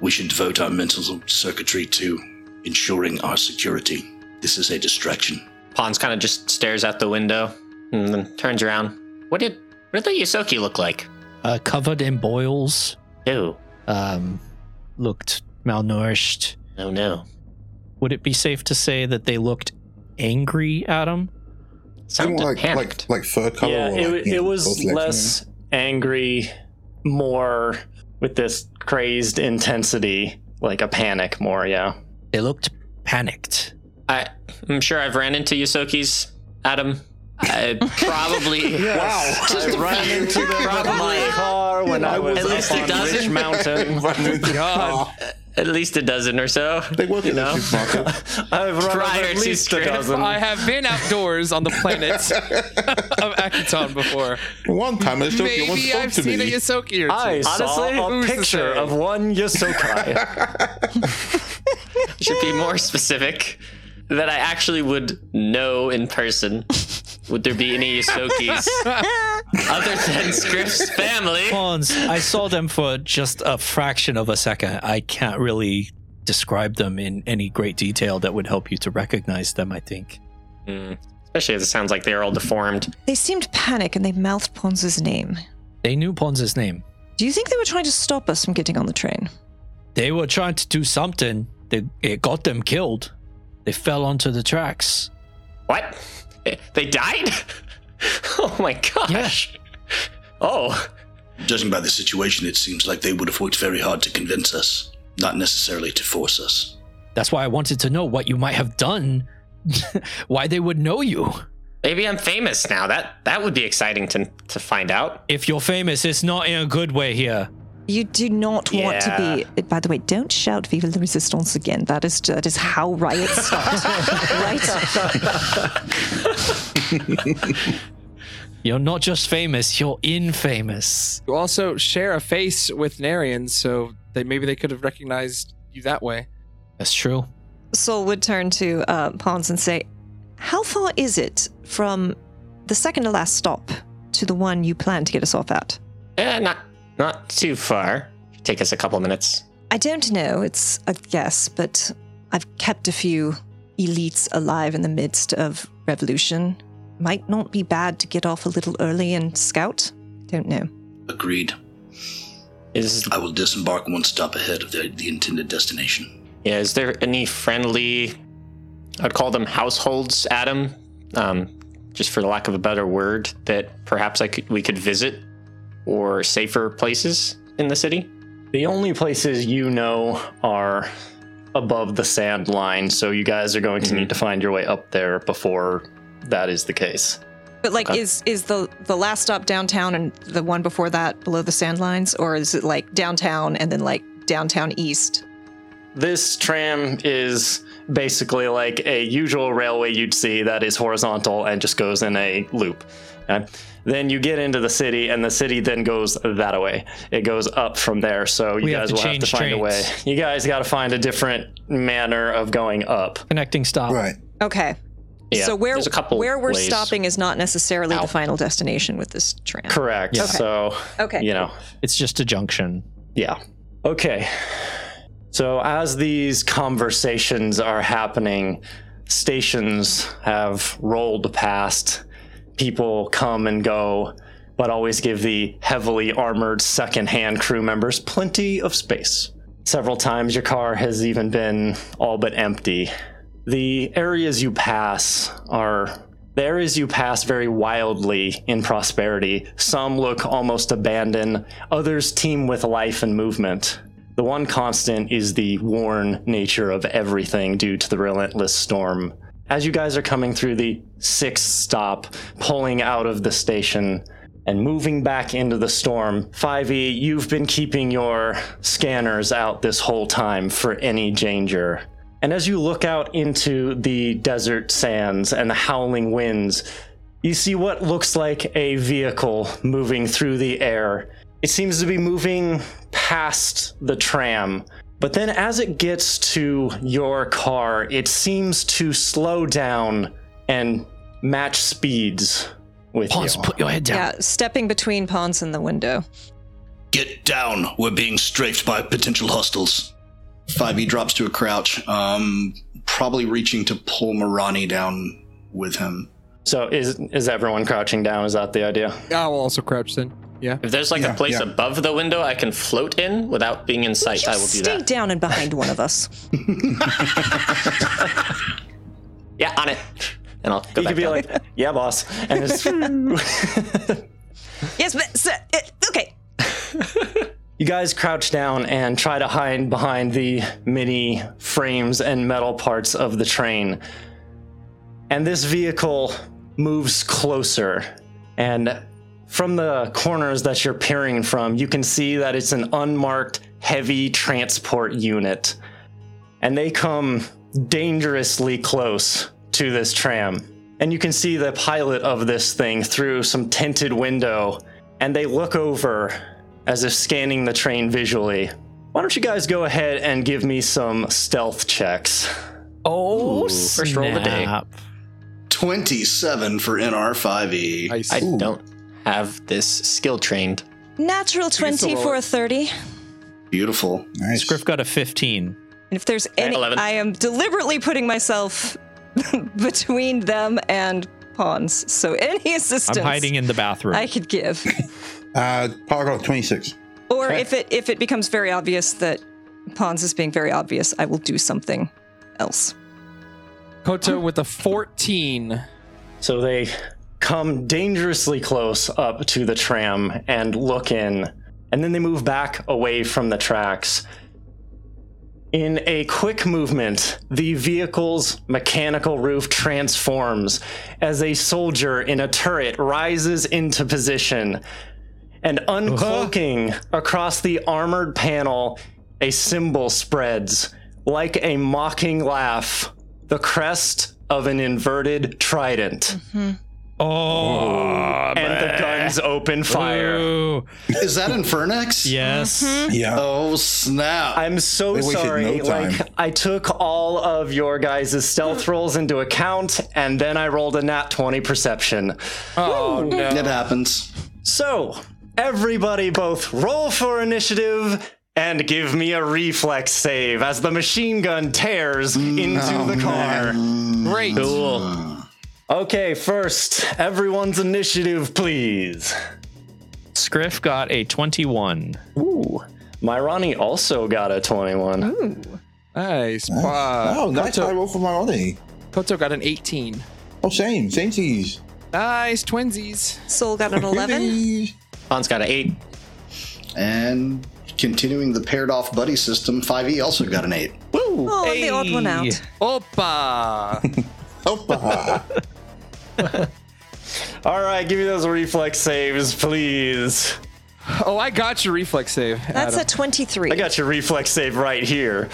we should devote our mental circuitry to ensuring our security this is a distraction
Pons kind of just stares out the window and then turns around. What did what did the Yosoki look like?
Uh, covered in boils,
Ew.
um, looked malnourished.
Oh no.
Would it be safe to say that they looked angry at him?
Sounded
More like,
panicked.
like like fur color. or
yeah, it,
like,
it
you know,
was
both legs,
less angry, more with this crazed intensity, like a panic more, yeah.
They looked panicked.
I, I'm sure I've ran into Yosokis, Adam. <laughs> I probably
Wow. I ran into them in my car when I was
At least
up
it
on
doesn't. <laughs>
Ridge Mountain. God,
at least a dozen or so.
They work
you
at the
know?
supermarket.
<laughs>
I've run
Prior
over at
to
least a
Scriff,
dozen.
I have been outdoors on the planet of Akiton before.
One time, I just told you once
Maybe
spoke
I've
to
seen a
me.
Yosoki or two.
I saw a
who's to
picture
say?
of one Yosokai.
Should be more specific. That I actually would know in person. Would there be any Yosokis other than Scriff's
<laughs>
family?
Pawns.
I saw them for just a fraction of a second. I can't really describe them in any great detail that would help you to recognize them, I think.
Hmm. Especially as it sounds like they're all deformed.
They seemed panicked and they mouthed Ponza's name.
They knew Ponza's name.
Do you think they were trying to stop us from getting on the train?
They were trying to do something. They, it got them killed. They fell onto the tracks.
What? <laughs> <laughs> They died? <laughs> Oh my gosh. Oh.
judging by the situation it seems like they would have worked very hard to convince us not necessarily to force us
That's why I wanted to know what you might have done, <laughs> why they would know you.
Maybe I'm famous now. That that would be exciting to to find out.
If you're famous, it's not in a good way
<laughs>
here.
You do not want
Yeah.
to be. By the way, don't shout "Viva la Resistance" again. That is that is how riots start. right?
You're not just famous, you're infamous.
You also share a face with Narian, so they maybe they could have recognized you that way.
That's true.
Sol would turn to uh, Pons and say, How far is it from the second to last stop to the one you plan to get us off at?
Eh, not not too far. Take us a couple minutes.
I don't know. It's a guess, but I've kept a few elites alive in the midst of revolution. Might not be bad to get off a little early and scout. Don't know.
Agreed.
Is
I will disembark one stop ahead of the, the intended
<laughs>
destination.
yeah, is there any friendly? I'd call them households, Adam, um, just for the lack of a better word. That perhaps I could we could visit, or safer places in the city.
The only places you know are above the sand line, so you guys are going to need to find your way up there before that is the case.
But like, is is the the last stop downtown and the one before that below the sand lines, or is it like downtown and then like downtown east?
This tram is basically like a usual railway you'd see that is horizontal and just goes in a loop. okay? Then you get into the city, and the city then goes that way. It goes up from there, so you
We have
guys
to
will have to
change
find a way.
trains.
You guys got to find a different manner of going up.
Connecting stop.
Right.
Okay.
Yeah,
so where
there's a couple
where we're
ways.
stopping is not necessarily
Ow.
the final destination with this tram.
Correct.
Yeah.
So,
Okay.
you know,
It's just a junction.
Yeah. Okay. So as these conversations are happening, stations have rolled past. People come and go, but always give the heavily armored second-hand crew members plenty of space. Several times your car has even been all but empty. The areas you pass are the areas you pass vary wildly in prosperity. Some look almost abandoned, others teem with life and movement. The one constant is the worn nature of everything due to the relentless storm. As you guys are coming through the sixth stop, pulling out of the station, and moving back into the storm, 5e, you've been keeping your scanners out this whole time for any danger. And as you look out into the desert sands and the howling winds, you see what looks like a vehicle moving through the air. It seems to be moving past the tram. But then, as it gets to your car, it seems to slow down and match speeds with
Ponce,
you.
put your head down.
Yeah, stepping between Pons and the window.
Get down! We're being strafed by potential hostiles. 5e E drops to a crouch, um, probably reaching to pull Marani down with him.
So is is everyone crouching down? Is that the idea?
I'll also crouch then. Yeah.
If there's like
Yeah,
a place
yeah.
above the window I can float in without being in sight, I will
Just
do
stay
that.
down and behind one of us.
<laughs> Yeah, on it. And I'll go
You
back
could be
down.
like, "Yeah, boss,"
<laughs>
and just
<laughs> yes, but sir, uh, okay.
you guys crouch down and try to hide behind the many frames and metal parts of the train. And this vehicle moves closer. And from the corners that you're peering from, you can see that it's an unmarked heavy transport unit. And they come dangerously close to this tram. And you can see the pilot of this thing through some tinted window. And they look over as if scanning the train visually. Why don't you guys go ahead and give me some stealth checks?
Oh,
first roll of the day.
snap.
27 for NR 5e.
Nice.
I don't have this skill trained.
Natural
can still
20
roll
for
it.
a 30.
Beautiful.
Nice.
Scriff got a 15.
And if there's any,
11.
I am deliberately putting myself <laughs> between them and Pons. So any assistance
I'm hiding in the bathroom.
I could
<laughs>
give.
Uh, Power got 26.
Or if it if it becomes very obvious that Pons is being very obvious, I will do something else.
Koto with a 14.
So they come dangerously close up to the tram and look in, and then they move back away from the tracks. In a quick movement, the vehicle's mechanical roof transforms as a soldier in a turret rises into position. And uncloaking
Uh-huh.
across the armored panel, a symbol spreads. Like a mocking laugh, the crest of an inverted trident
Mm-hmm. oh,
and the gun guns open fire.
Ooh.
Is that Infernax?
Yes.
Yeah.
Oh snap!
I'm so
They wasted
sorry.
no time.
like I took all of your guys' stealth rolls into account, and then I rolled a nat 20 perception.
Oh no.
it happens.
So everybody, both roll for initiative. And give me a reflex save as the machine gun tears
Mm.
into
Oh,
the car.
Great.
Cool. Okay, first, everyone's initiative, please.
Scriff got a 21.
Ooh. My Ronnie also got a 21.
Nice.
Oh,
Wow.
nice I roll for my money.
Koto got an 18.
Oh, same, same tease.
Nice twinsies.
Soul got an 11. <laughs>
Tease.
Hans got an eight.
And continuing the paired off buddy system, 5e also got an eight.
Oh, and the odd one out.
<laughs>
Opa.
Opa.
All right, give me those reflex saves, please.
Oh, I got your reflex save.
That's
Adam.
a 23.
I got your reflex save right here.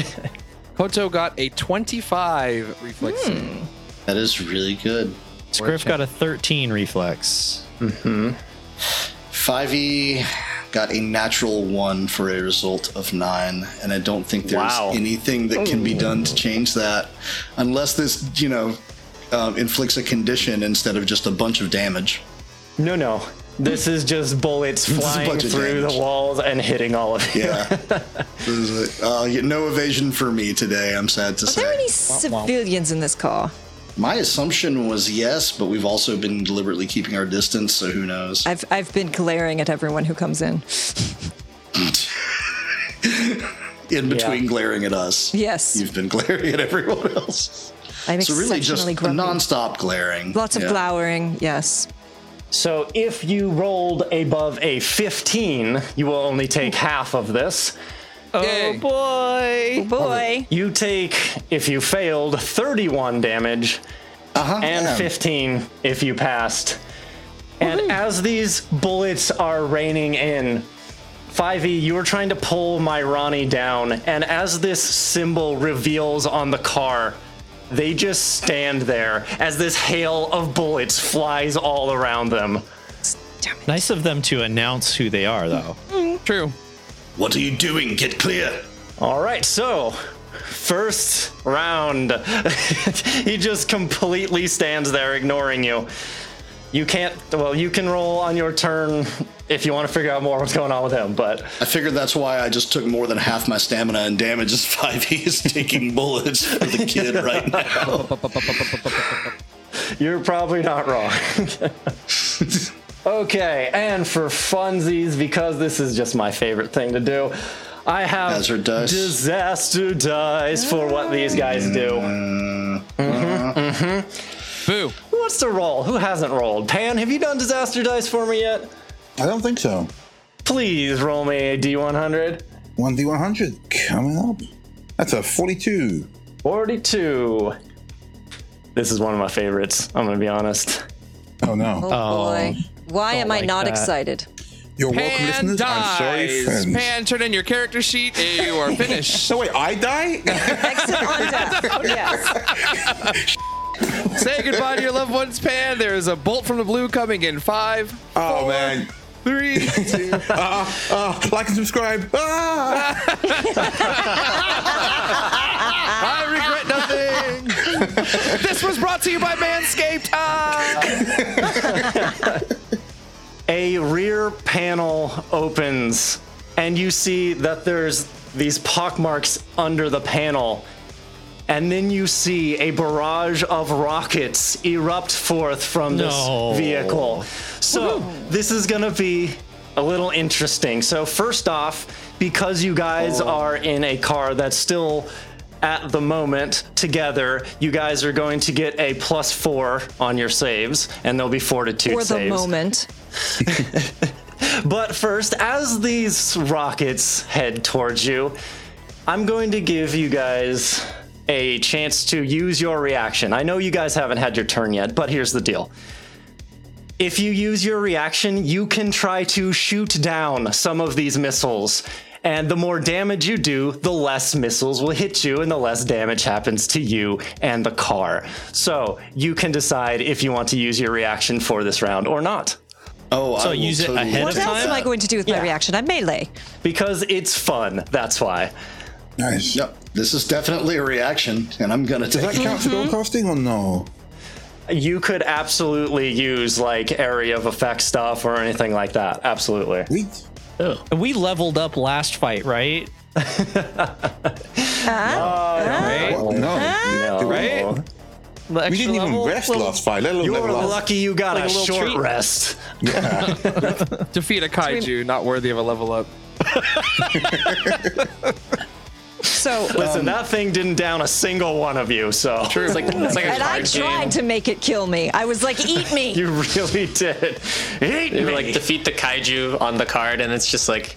<laughs>
Koto got a 25 reflex
Hmm.
save.
That is really good.
Scriff got a 13 reflex.
5e Mm-hmm. E got a natural one for a result of nine, and I don't think there's
Wow.
anything that can be done to change that, unless this, you know, um, inflicts a condition instead of just a bunch of damage.
No, no. This is just bullets
is a
flying
bunch of
through
damage.
the walls and hitting all of you. <laughs>
Yeah. This is a- uh, yeah, no evasion for me today. I'm sad to
Are there
say.
any civilians in this car?
My assumption was yes, but we've also been deliberately keeping our distance, so who
<laughs>
knows?
I've, I've been glaring at everyone who comes in.
In between glaring at us,
Yes.
you've been glaring at everyone else.
I'm
So really, just
exceptionally grumpy.
nonstop glaring.
Lots of
Yeah.
glowering, yes.
So if you rolled above a 15, you will only take half of this.
Oh
Yay.
boy.
You take, if you failed, 31 damage.
Uh-huh,
and
yeah.
15 if you passed. And as these bullets are raining in, 5e, you are trying to pull my Ronnie down, and as this symbol reveals on the car, they just stand there as this hail of bullets flies all around them.
Nice of them to announce who they are, though.
True.
What are you doing? Get clear.
All right, so first round. <laughs> he just completely stands there ignoring you. You can't, well, you can roll on your turn if you want to figure out more what's going on with him, but
I figured that's why I just took more than half my stamina and damage as 5e
<laughs>
is taking bullets for the kid right now.
you're probably not
<laughs>
wrong. okay, and for funsies, because this is just my favorite thing to do, I have
Hazard dice.
disaster dice for what these guys do.
Mm-hmm.
Mm-hmm,
Uh-huh.
Boo.
Who wants to roll? Who hasn't rolled? Pan, have you done disaster dice for me yet?
I don't think so.
Please roll me a d100.
1D100 coming up. That's a 42.
42. This is one of my favorites, I'm gonna be honest.
Oh, no.
Oh, boy. Why am I
like
not
that.
excited?
You're welcome,
Pan
listeners. I'm sorry,
dies.
friends.
Pan, turn in your character sheet. and You
<laughs>
are finished.
So, wait, I die?
Exit on deck.
<laughs>
Yes.
Say goodbye to your loved ones, Pan. There is a bolt from the blue coming in five,
oh, man. <laughs>
three, two.
Uh, uh, like and subscribe. Ah!
<laughs> I regret
<laughs>
nothing. this was brought to you by Manscaped. Ah!
<laughs>
A rear panel opens, and you see that there's these pockmarks under the panel. And then you see a barrage of rockets erupt forth from this
No.
vehicle. So this is gonna be a little interesting. So first off, because you guys are in a car that's still at the moment together, you guys are going to get a plus four on your saves, and there'll be fortitude
For the
saves.
moment.
But first, as these rockets head towards you, I'm going to give you guys a chance to use your reaction. I know you guys haven't had your turn yet, but here's the deal. If you use your reaction, you can try to shoot down some of these missiles. And the more damage you do, the less missiles will hit you, and the less damage happens to you and the car. So you can decide if you want to use your reaction for this round or not.
Oh,
So
I will
use it
totally
ahead
do
of
What
that.
else am I going to do with my
Yeah.
reaction? I'm melee.
because it's fun. That's why.
Nice.
Yep, this is definitely a reaction, and I'm gonna
Does that
take it.
count for
Mm-hmm.
spell casting or no?
Mm-hmm. You could absolutely use like area of effect stuff or anything like that. Absolutely.
Wait.
We leveled up last fight,
<laughs>
right?
What? No.
No.
Right?
We didn't even rest last fight, let alone
You were
level up.
lucky you got a,
little
short
treat.
rest.
<laughs> Defeat a kaiju, not worthy of a level up.
So,
Listen, that thing didn't down a single one of you, so
um, It's like, it's like a
and I
card game.
tried to make it kill me. I was like, "Eat me."
<laughs> you really did. Eat
You
me.
like defeat the kaiju on the card, and it's just like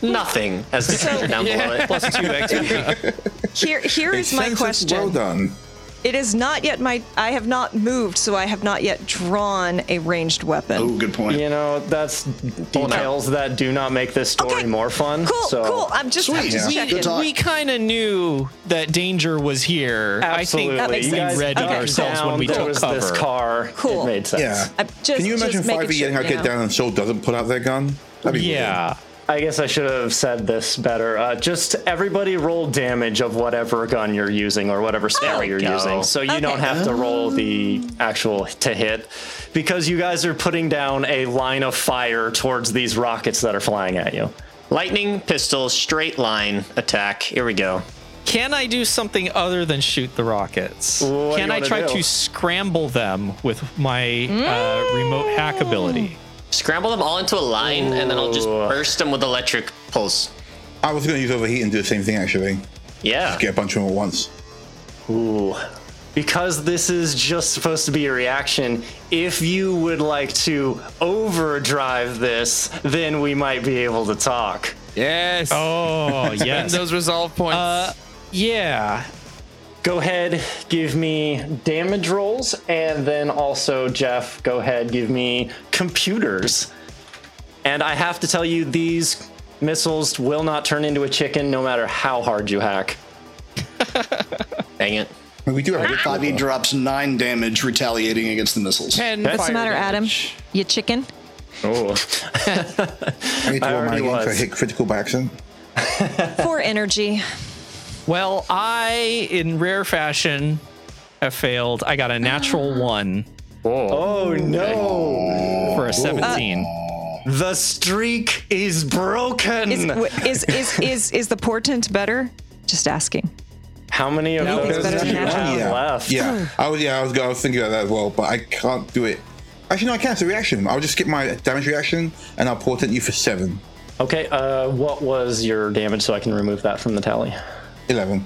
nothing as the character down below it. <laughs> Plus two
Here, here is my
Census,
question.
Well done.
It is not yet my. I have not moved, so I have not yet drawn a ranged weapon.
Oh, good point.
you know, that's details that do not make this story
Okay,
more fun.
Cool,
so.
cool. I'm just, I'm just
Sweet. Yeah.
checking.
Good talk.
We kind of knew that danger was here.
Absolutely,
I
That makes
think
you
we
sense.
guys
read
got
ourselves when
down,
we
there
took
was This
cover.
car.
Cool.
It made sense.
Yeah.
I'm just-
Can you imagine
just making
5e
sure
getting her
now.
kid down and Soul doesn't pull out their gun? That'd be
yeah.
I guess I should have said this better. Uh, just everybody roll damage of whatever gun you're using or whatever spell
we
you're
go.
using. So you don't
Okay.
have to roll the actual to hit because you guys are putting down a line of fire towards these rockets that are flying at you.
Lightning pistol, straight line attack. <laughs> Here we go.
Can I do something other than shoot the rockets?
do
Can
you
I
wanna
try
do?
to scramble them with my uh, remote hack ability?
Mm.
Scramble them all into a line, and then I'll just burst them with electric pulse.
good. I was going to use overheat and do the same thing, actually.
Yeah.
Get a bunch of them at once.
Ooh. Because this is just supposed to be a reaction, if you would like to overdrive this, then we might be able to talk.
Yes. <laughs>
Oh,
and
yes.
those resolve points.
uh, yeah.
Go ahead, give me damage rolls, and then also, Jeff, go ahead, give me computers. And I have to tell you, these missiles will not turn into a chicken no matter how hard you hack.
Dang it.
I mean, we do have a good
5e E drops 9 damage retaliating against the missiles.
Ten
That's-
fire
What's the matter, Adam?
damage.
You chicken?
<laughs>
Oh.
I need to roll my
already
again
was.
for a hit critical by accident.
Poor energy.
Well, I, in rare fashion, have failed. I got a natural one
oh no!
for a 17.
The streak is broken!
Is, w- is, is, is, is the portent better? Just asking.
how many of
Anything's
those
better
do
than
you
natural.
have
yeah.
left?
Yeah. I was yeah, I was I was thinking about that as well, but I can't do it. Actually no, I can't it's a reaction. I'll just skip my damage reaction and I'll portent you for seven.
Okay, uh, what was your damage so I can remove that from the tally?
Eleven.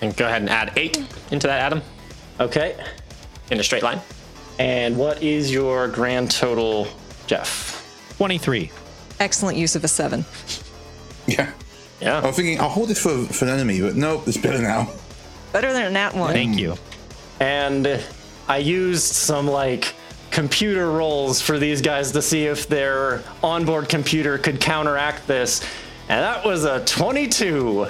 And go ahead and add eight into that, Adam,
Okay,
in a straight line.
and what is your grand total, Jeff?
23.
Excellent use of a seven.
Yeah. I
Yeah.
was thinking I'll hold this for, for an enemy, but nope, it's better now.
Better than that one.
Thank you.
and I used some like computer rolls for these guys to see if their onboard computer could counteract this, and that was a 22.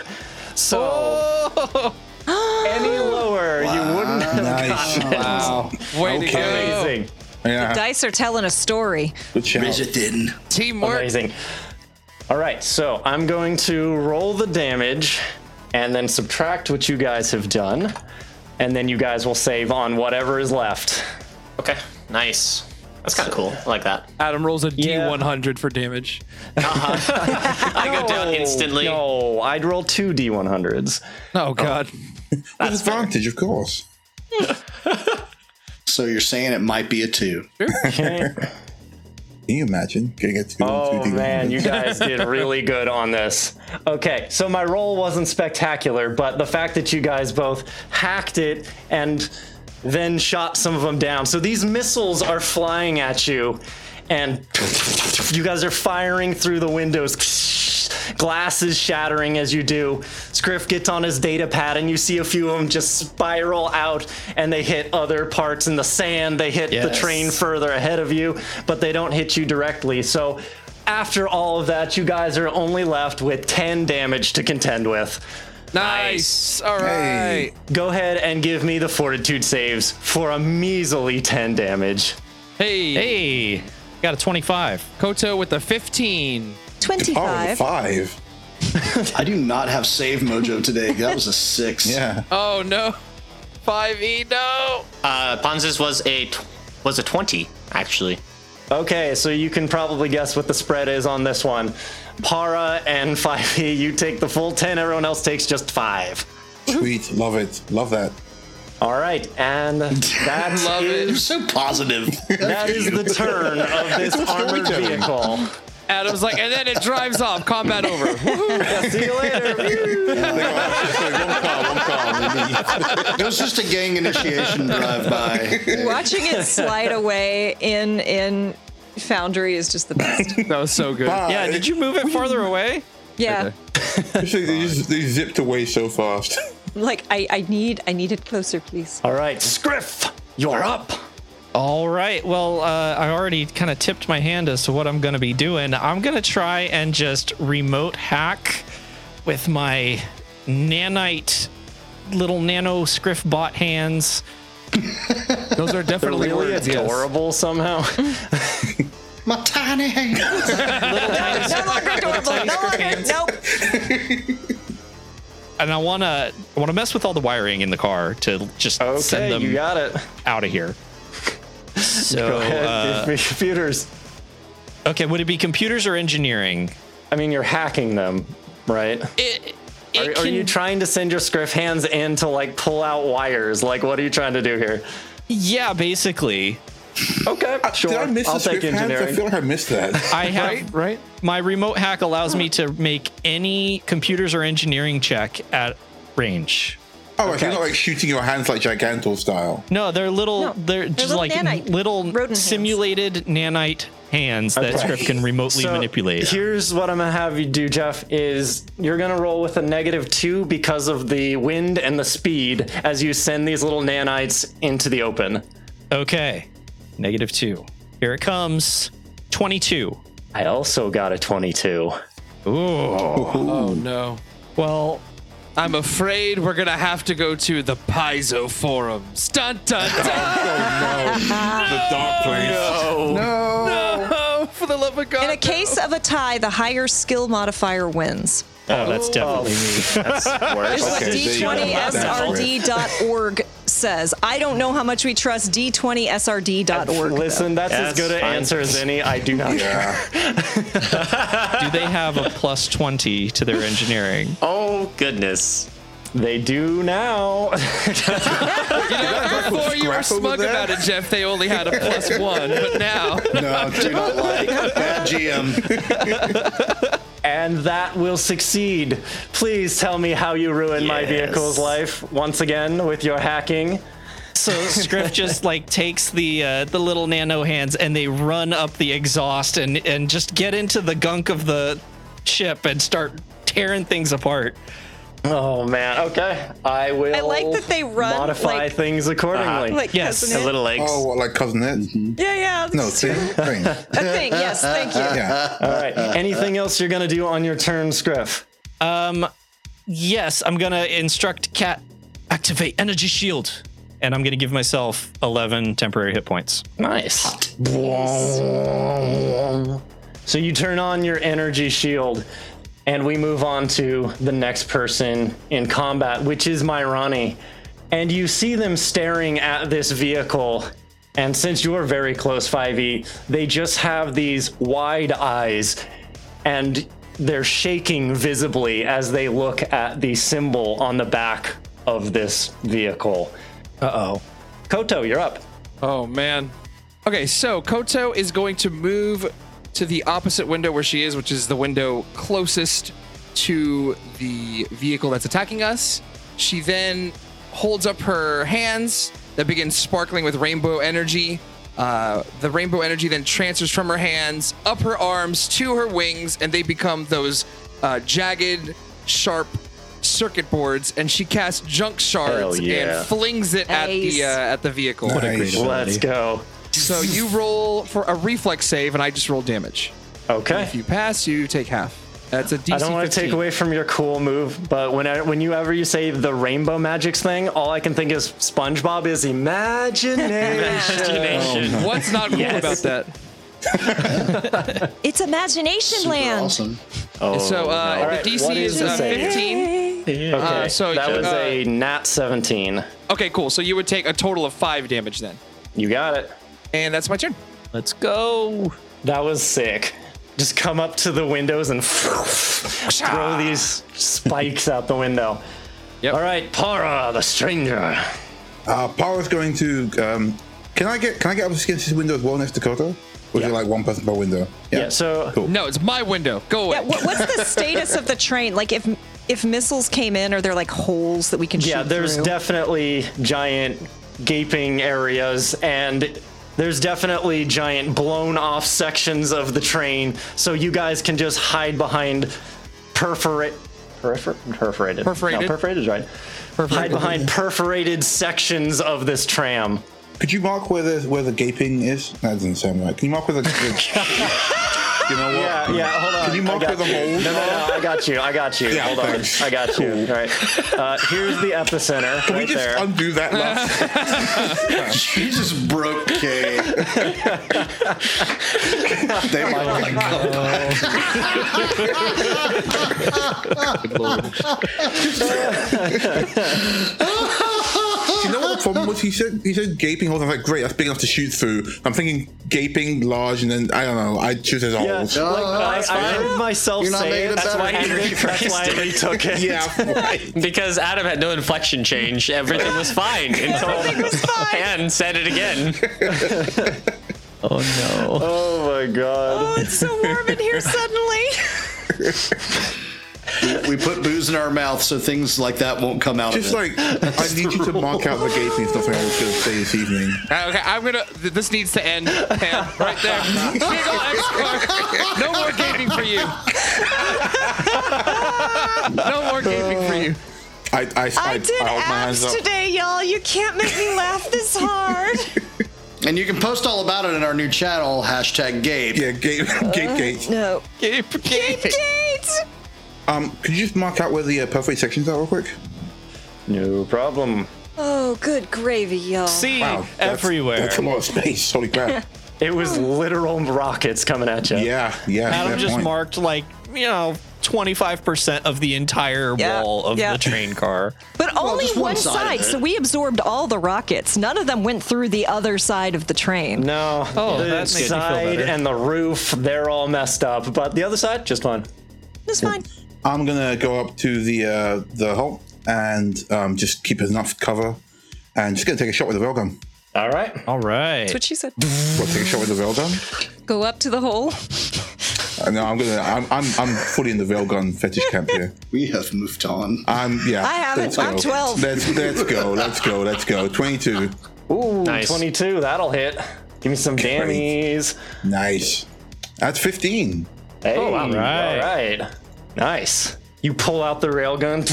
So
<gasps>
any lower, you wouldn't have
Nice.
gotten it.
Wow.
Way to
Okay.
go.
Amazing,
Yeah.
Dice are telling a story.
Uh-huh. Good shout.
Bridget didn't.
Teamwork.
amazing. All right, so I'm going to roll the damage and then subtract what you guys have done, and then you guys will save on whatever is left.
Okay. Nice. That's kind of cool. I like that.
Adam rolls a
Yeah.
D100 for damage.
I
<laughs>
go down instantly.
Oh, No, I'd roll two D100s.
Oh, God.
<laughs> With advantage, of course.
<laughs> So you're saying it might be a 2. <laughs>
Can you imagine getting a two
Oh
on two D?
man, you
<laughs>
<laughs>
guys did really good on this. Okay, so my roll wasn't spectacular, but the fact that you guys both hacked it and then shot some of them down. So these missiles are flying at you, and <laughs> you guys are firing through the windows. <laughs> Glasses shattering as you do. Scriff gets on his data pad, and you see a few of them just spiral out, and they hit other parts in the sand. They hit the
Yes.
train further ahead of you, but they don't hit you directly. So, after all of that, you guys are only left with 10 damage to contend with.
Nice. All right.
Hey.
Go ahead and give me the fortitude saves for a measly 10 damage.
Hey.
Hey.
Got a 25.
Koto with a 15.
Oh,
25.
five.
I do not have save mojo today. That was a six.
Yeah.
Oh no. 5e, no.
Uh, Ponza's was a tw- was a twenty actually.
Okay, so you can probably guess what the spread is on this one. Para and 5e, you take the full 10, everyone else takes just 5.
Sweet. Love it. Love that.
All right,
<laughs>
and that
Love
You're
it.
so positive.
<laughs>
that is the turn of this armored vehicle.
Adam's like, and then it drives off.
<laughs>
Combat over.
Yeah, see
<laughs>
you later.
<laughs>
it was just a gang initiation drive by.
Watching it slide away in in Foundry is just the best.
that was so good.
Yeah,
Did you move it farther away?
Yeah.
<laughs> they, just, they zipped away so fast.
Like I, I need I need it closer, please.
All right, Scriff, you're up.
All right. Well, uh, I already kind of tipped my hand as to what I'm going to be doing. I'm going to try and just remote hack with my nanite little nano scriff bot
<laughs>
hands.
Those
They're
are definitely
really
words, yes.
adorable somehow.
My
<laughs>
tiny hand.
<laughs>
No longer adorable. No longer. Nope.
And I want to I want to mess with all the wiring in the car to just send
Okay, you
them
got it.
out of
<laughs>
here.
Go
So,
ahead,
uh,
<laughs> computers.
okay, would it be computers or engineering?
I mean, you're hacking them, right?
It,
Are,
it
are
can-
you trying to send your Scriff hands in to like pull out wires? Like, what are you trying to do here?
yeah, basically.
Okay,
Uh,
sure.
Did I miss
will
the
take
script hands? I
engineering.
feel like I missed that.
<laughs> I have
Right, right.
My remote hack allows me to make any computers or engineering check at range.
Oh, right, so you're not like shooting your hands like Gigantor style.
No, they're little,
No, they're
they're, just
little
like
nanite-
little
rodent hands.
simulated nanite hands that
Okay.
Script can remotely
So,
manipulate.
Here's what I'm gonna have you do, Jeff. Is you're gonna roll with a negative two because of the wind and the speed as you send these little nanites into the open.
okay, negative two. Here it comes. 22.
I also got a 22.
Ooh.
Oh no.
Well,
I'm afraid we're gonna have to go to the Paizo forums. Dun
<laughs>
dun dun!
Oh, The dark place.
oh, for the love of God!
In a case of a tie, the higher skill modifier wins.
oh, that's definitely me.
Is what
Okay, there you go.
d20srd.org says. I don't know how much we trust d20srd.org.
Listen, that's, as
That's
good an
fine.
answer as any. I do not care.
<laughs>
Do they have a plus 20 to their engineering?
Oh goodness.
They do now.
before you
Scrap over
were smug
there?
about it, Jeff. They only had a
<laughs>
plus one, but now
No, do not like bad GM.
and that will succeed. Please tell me how you ruined my vehicle's life once again with your hacking.
So Scriff just like takes the uh, the little nano hands and they run up the exhaust and and just get into the gunk of the ship and start tearing things apart.
<laughs> Oh man. Okay. I will.
I like that they run,
Modify
like-
things accordingly.
Like
Yes,
cousin
The
Ed.
little legs.
Oh, what, like Cousin Ed?
Yeah, yeah.
No, thing. thing.
a thing. Yes, thank you.
Yeah.
All right. Anything else you're gonna do on your turn, Scriff?
Um, yes, I'm gonna instruct Cat activate energy shield, and I'm gonna give myself 11 temporary hit points.
Nice. So you turn on your energy shield, and we move on to the next person in combat, which is Myrani. And you see them staring at this vehicle. And since you're very close, 5e, they just have these wide eyes and they're shaking visibly as they look at the symbol on the back of this vehicle.
Uh oh.
Koto, you're up.
Oh man. Okay, so Koto is going to move to the opposite window where she is, which is the window closest to the vehicle that's attacking us. She then holds up her hands that begin sparkling with rainbow energy. Uh, the rainbow energy then transfers from her hands up her arms to her wings, and they become those uh, jagged, sharp circuit boards. And she casts junk shards
yeah.
and flings it at the
Nice.
uh, at the vehicle.
Nice.
Let's go.
So you roll for a reflex save, and I just roll damage.
Okay.
If you pass, you take half. That's a DC.
I don't want to take away from your cool move, but when I, whenever you say the rainbow magics thing, all I can think is
<laughs>
SpongeBob is imagination.
Destination.
What's not cool
Yes.
about that?
It's imagination
Super
land.
awesome.
Oh,
so uh,
no.
the DC
what
is,
is
uh,
the save?
15.
Okay,
Uh, so,
that
uh,
was a nat 17.
Okay, cool. So you would take a total of five damage then,
You got it.
and that's my turn.
Let's go.
That was sick. Just come up to the windows and <laughs> throw these spikes out the window.
Yep.
All right, Para, the stranger.
Uh, Power's going to. Um, can I get can I get up against this window as well next to Koto? Or is it like one person per window?
Yeah, so
Cool.
No, it's my window. Go away.
Yeah, what, what's
<laughs>
the status of the train? Like, if if missiles came in, are there like holes that we can
yeah,
shoot
there's
through?
definitely giant gaping areas and there's definitely giant blown off sections of the train so you guys can just hide behind perforate perfor- perforated
Perforated.
no, perforated is right hide behind perforated sections of this tram
Could you mark where the where the gaping is? That doesn't sound right. Can you mark where the?
<laughs>
the- you know what?
yeah yeah hold on
Can you
I
mark
got
where the holes?
no, no, no, I got you. I got you.
Yeah,
Hold on.
thanks.
I got you. All right. Uh, here's the epicenter.
Can
right
we just
there.
undo that last?
She just broke Kay.
<laughs>
they
Oh
might like, Do you know what the problem was? He said he said gaping holes. I was like, great, that's big enough to shoot through. I'm thinking gaping large, and then I don't know. I choose as
Yeah,
holes.
No,
like,
no,
I,
that's
I
fine.
heard myself
You're not
say
making
it.
it
That's
better.
why, I,
You
re- that's why
<laughs>
I retook it. <laughs>
yeah.
<laughs> because Adam had no inflection change, everything was
<laughs>
fine until <laughs> Han said it again. <laughs>
Oh my god.
Oh, it's so warm in here
<laughs>
suddenly.
we put booze in our mouth so things like that won't come out
Just
of it.
like I need you to mark out the gaping stuff I was going to say this evening.
Uh, okay, I'm gonna. Th- this needs to end, Pam. Right there. Big ol' X mark. No more gaming for you. no more gaming for you.
I I, I,
I did
I hold my hands
abs
up.
today, y'all. You can't make me laugh this
<laughs>
hard.
and you can post all about it in our new channel, hashtag Gabe.
Yeah, gape, gape gate.
Uh, no.
Game, game.
Gate!
Um, could you just mark out where the uh, perfect sections are real quick?
No problem.
Oh, good gravy, y'all.
See
<laughs> that's-
everywhere.
That's a lot of space. Holy crap.
It was literal rockets coming at you.
yeah, yeah.
Adam
that
just
point.
marked like you know twenty five percent of the entire
Yeah,
wall of
yeah.
the train car.
But only
just
one,
one
side,
side of it.
so we absorbed all the rockets. None of them went through the other side of the train.
No, oh, the
that makes me feel
side
better.
and the roof, they're all messed up. But the other side, just fine.
It's fine.
I'm gonna go up to the uh, the hole and um, just keep enough cover, and just gonna take a shot with the railgun.
All right.
All right.
That's what she said.
Well, take a shot with the railgun.
Go up to the hole.
Uh, No, I'm gonna. I'm I'm, I'm fully in the railgun fetish
<laughs>
camp here.
We have moved on.
I'm yeah.
I haven't.
let's go.
I'm 12.
Let's let's go. Let's go. Let's
<laughs>
go. Twenty-two.
Ooh,
Nice.
22. That'll hit. Give me some dammies.
Nice. That's fifteen.
Hey, all
right.
right. Nice. You pull out the railgun,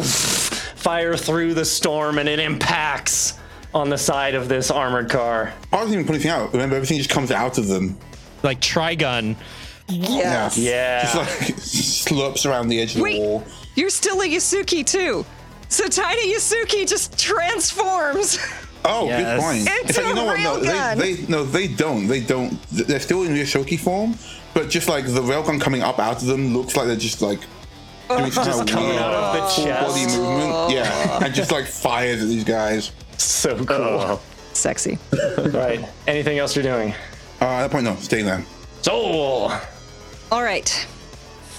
<laughs> fire through the storm, and it impacts on the side of this armored car.
I wasn't even put anything out. Remember, everything just comes out of them.
Like Trigun.
Yes.
Yeah.
Just like <laughs> slurps around the edge of
Wait.
the wall.
You're still a Yasuki, too. So Tiny Yasuki just transforms.
Oh, good
Yes.
point.
It's
like,
a
No,
railgun.
they, they, no, they don't. They don't. They're still in Yoshoki form, but just like the railgun coming up out of them looks like they're just like
Oh.
doing some kind of
coming
weird
out of the
full body
chest.
movement. Yeah, and just like fires at these guys.
So cool.
Sexy.
Right. Anything else you're doing?
Uh, at that point, no, stay there.
Soul.
All right.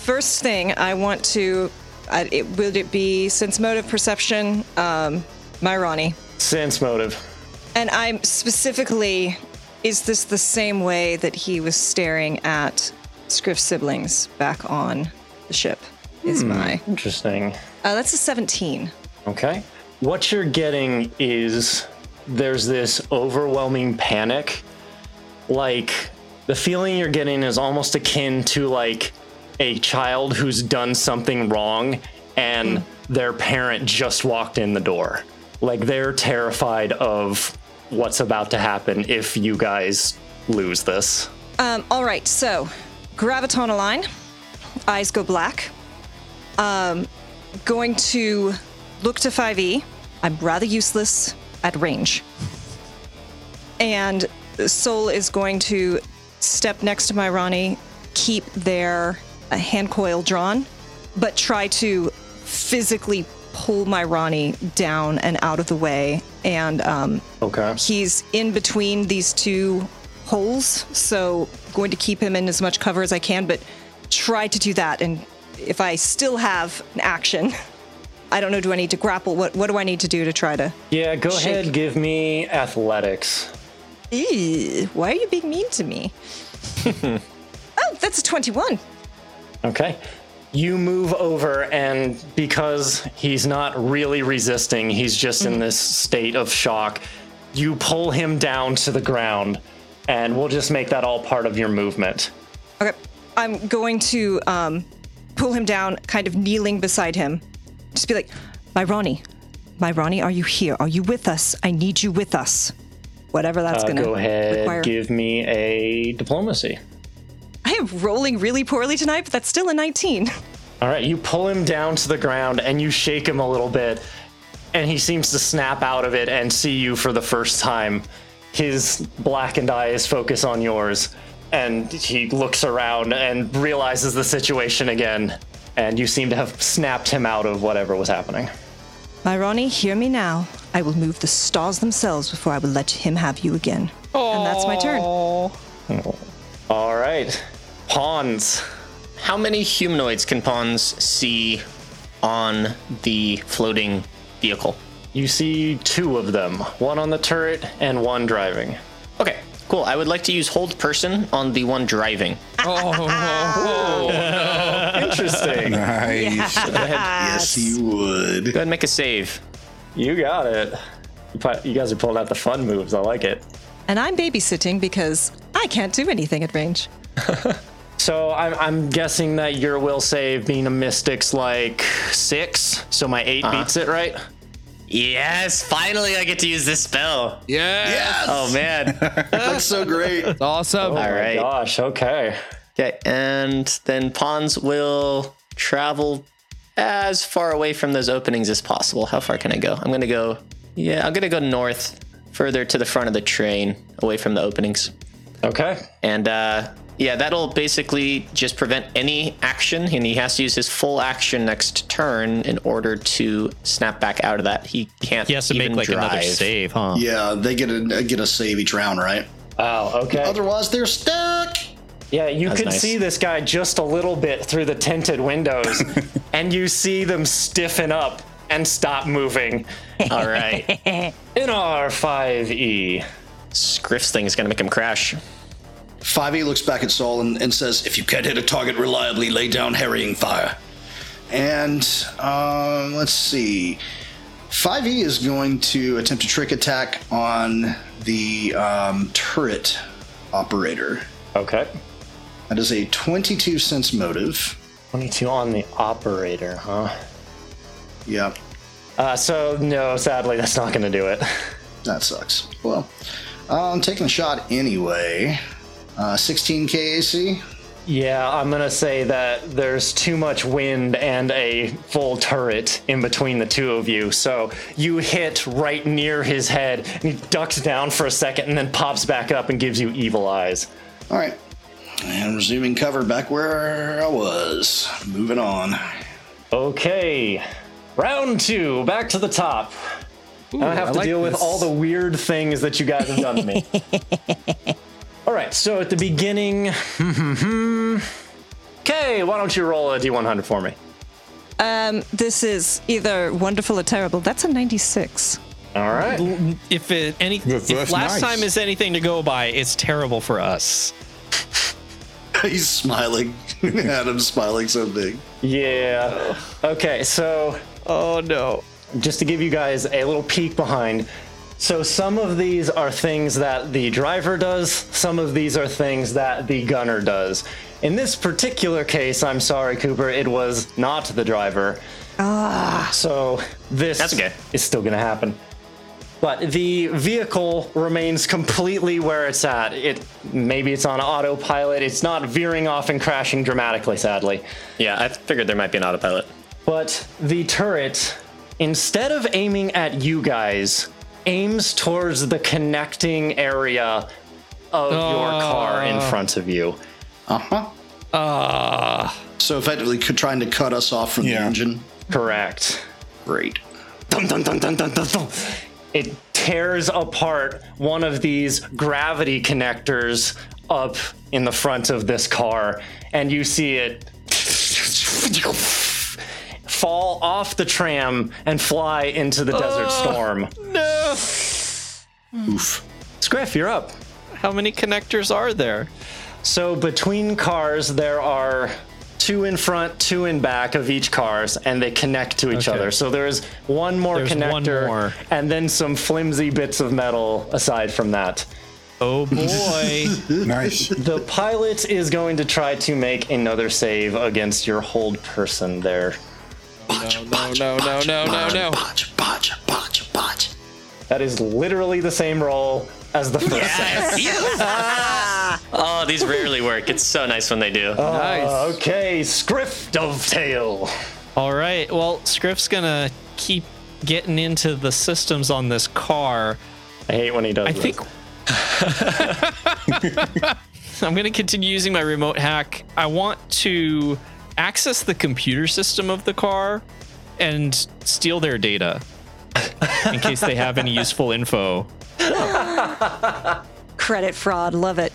First thing I want to. I, it, would it be sense motive perception? Um, my Ronnie.
Sense motive.
And I'm specifically, is this the same way that he was staring at Scriff's siblings back on the ship?
Hmm.
Is my.
Hmm. Interesting.
Uh, that's a 17.
Okay. What you're getting is there's this overwhelming panic. Like, the feeling you're getting is almost akin to like a child who's done something wrong and their parent just walked in the door. Like, they're terrified of what's about to happen if you guys lose this.
Um, all right, so graviton align, eyes go black. Um, going to look to 5e. I'm rather useless at range. And Soul is going to step next to my Ronnie, keep their uh, hand coil drawn, but try to physically pull my Ronnie down and out of the way. And um,
Okay.
he's in between these two holes, so going to keep him in as much cover as I can, but try to do that. And if I still have an action, I don't know, do I need to grapple? What, what do I need to do to try to.
Yeah, go
Shake.
ahead. Give me <laughs> athletics.
Ew, why are you being mean to me? oh, that's a 21.
Okay. You move over, and because he's not really resisting, he's just
Mm-hmm.
in this state of shock, you pull him down to the ground, and we'll just make that all part of your movement.
Okay. I'm going to um, pull him down, kind of kneeling beside him. Just be like, my Ronnie, my Ronnie, are you here? Are you with us? I need you with us. Whatever that's
Uh,
going to
go ahead,
require.
give me a diplomacy.
I am rolling really poorly tonight, but that's still a 19.
All right, you pull him down to the ground and you shake him a little bit, and he seems to snap out of it and see you for the first time. His blackened eyes focus on yours, and he looks around and realizes the situation again. And you seem to have snapped him out of whatever was happening.
<laughs> My Ronnie, hear me now. I will move the stars themselves before I will let him have you again. And that's my turn.
All right, pawns.
How many humanoids can pawns see on the floating vehicle?
You see two of them one on the turret and one driving.
Okay, cool. I would like to use hold person on the one driving.
Oh.
<laughs> Interesting.
Nice.
Yes, you
Go
would.
ahead and make a save.
you got it. You pu- You guys are pulling out the fun moves. I like it.
And I'm babysitting because I can't do anything at range.
So I'm, I'm guessing that your will save being a mystic's like six, so my 8 beats it, right?
Yes, finally I get to use this spell.
Yeah.
Yes!
Oh man.
That's so great.
Awesome.
All right.
Gosh, okay.
Okay, and then pawns will travel as far away from those openings as possible. How far can I go? I'm gonna go. Yeah, I'm gonna go north, further to the front of the train, away from the openings.
Okay.
And uh, yeah, that'll basically just prevent any action, and he has to use his full action next turn in order to snap back out of that. He can't.
He has to
even
make like another
drive.
save, huh?
Yeah, they get a get a save each round, right?
Wow, Oh, okay.
Otherwise, they're stuck.
yeah, you could
nice.
see this guy just a little bit through the tinted <laughs> windows, and you see them stiffen up and stop <laughs> moving
All right,
<laughs> in E. R5E.
Scriff's thing is gonna make him crash.
5e E looks back at Saul and, and says, If you can't hit a target reliably, lay down harrying fire. And um, let's see. 5e is going to attempt a trick attack on the um, turret operator.
Okay.
That is a 22 cents motive.
22 on the operator, huh?
Yep,
Uh, so, no, sadly, that's not going to do it.
that sucks. Well, I'm taking a shot anyway. Uh, 16 KAC.
Yeah, I'm gonna say that there's too much wind and a full turret in between the two of you. So you hit right near his head, and he ducks down for a second and then pops back up and gives you evil eyes.
All right. And resuming cover back where I was. Moving on.
Okay, round two, back to the top. I don't have to
like
deal with
this.
all the weird things that you guys have done to
<laughs>
me. all right, so at the beginning, <laughs> hmm, okay, why don't you roll a d100 for me?
Um, this is either wonderful or terrible. That's a 96.
All right.
If it any if
Reverse nice.
last time is anything to go by, it's terrible for us.
<laughs> He's smiling. Adam's smiling so big.
Yeah. Okay, so. Oh no. Just to give you guys a little peek behind. So, some of these are things that the driver does, some of these are things that the gunner does. In this particular case, I'm sorry, Cooper, it was not the driver. Ah. So, this
That's okay.
is still going to happen. But the vehicle remains completely where it's at. It maybe it's on autopilot. It's not veering off and crashing dramatically, sadly.
Yeah, I figured there might be an autopilot.
But the turret, instead of aiming at you guys, aims towards the connecting area of your
Ah.
car in front of you.
Uh huh.
Uh.
Ah,
So effectively, c- trying to cut us off from the
Yeah.
engine.
Correct.
Great.
Dum, dum, dum, dum, dum, dum, dum. It tears apart one of these gravity connectors up in the front of this car, and you see it fall off the tram and fly into the desert storm.
no.
Oof.
Scriff, you're up.
How many connectors are there?
So between cars, there are two in front, two in back of each cars, and they connect to each other. So there is one more
There's one
connector,
more.
and then some flimsy bits of metal aside from that. <laughs>
Oh boy.
Nice.
The pilot is going to try to make another save against your hold person there.
Botch,
No, no, no, no, no, no.
Botch, botch, botch, botch.
That is literally the same roll as the first.
Oh, these rarely work. It's so nice when they do.
Uh, okay, Scriff Dovetail.
All right. Well, Scriff's gonna keep getting into the systems on this car.
I hate when he does
I
this.
think <laughs>
<laughs>
I'm going to continue using my remote hack. I want to <sighs> access the computer system of the car and steal their data in case they have
<laughs>
any useful info.
<laughs> Credit fraud, love it.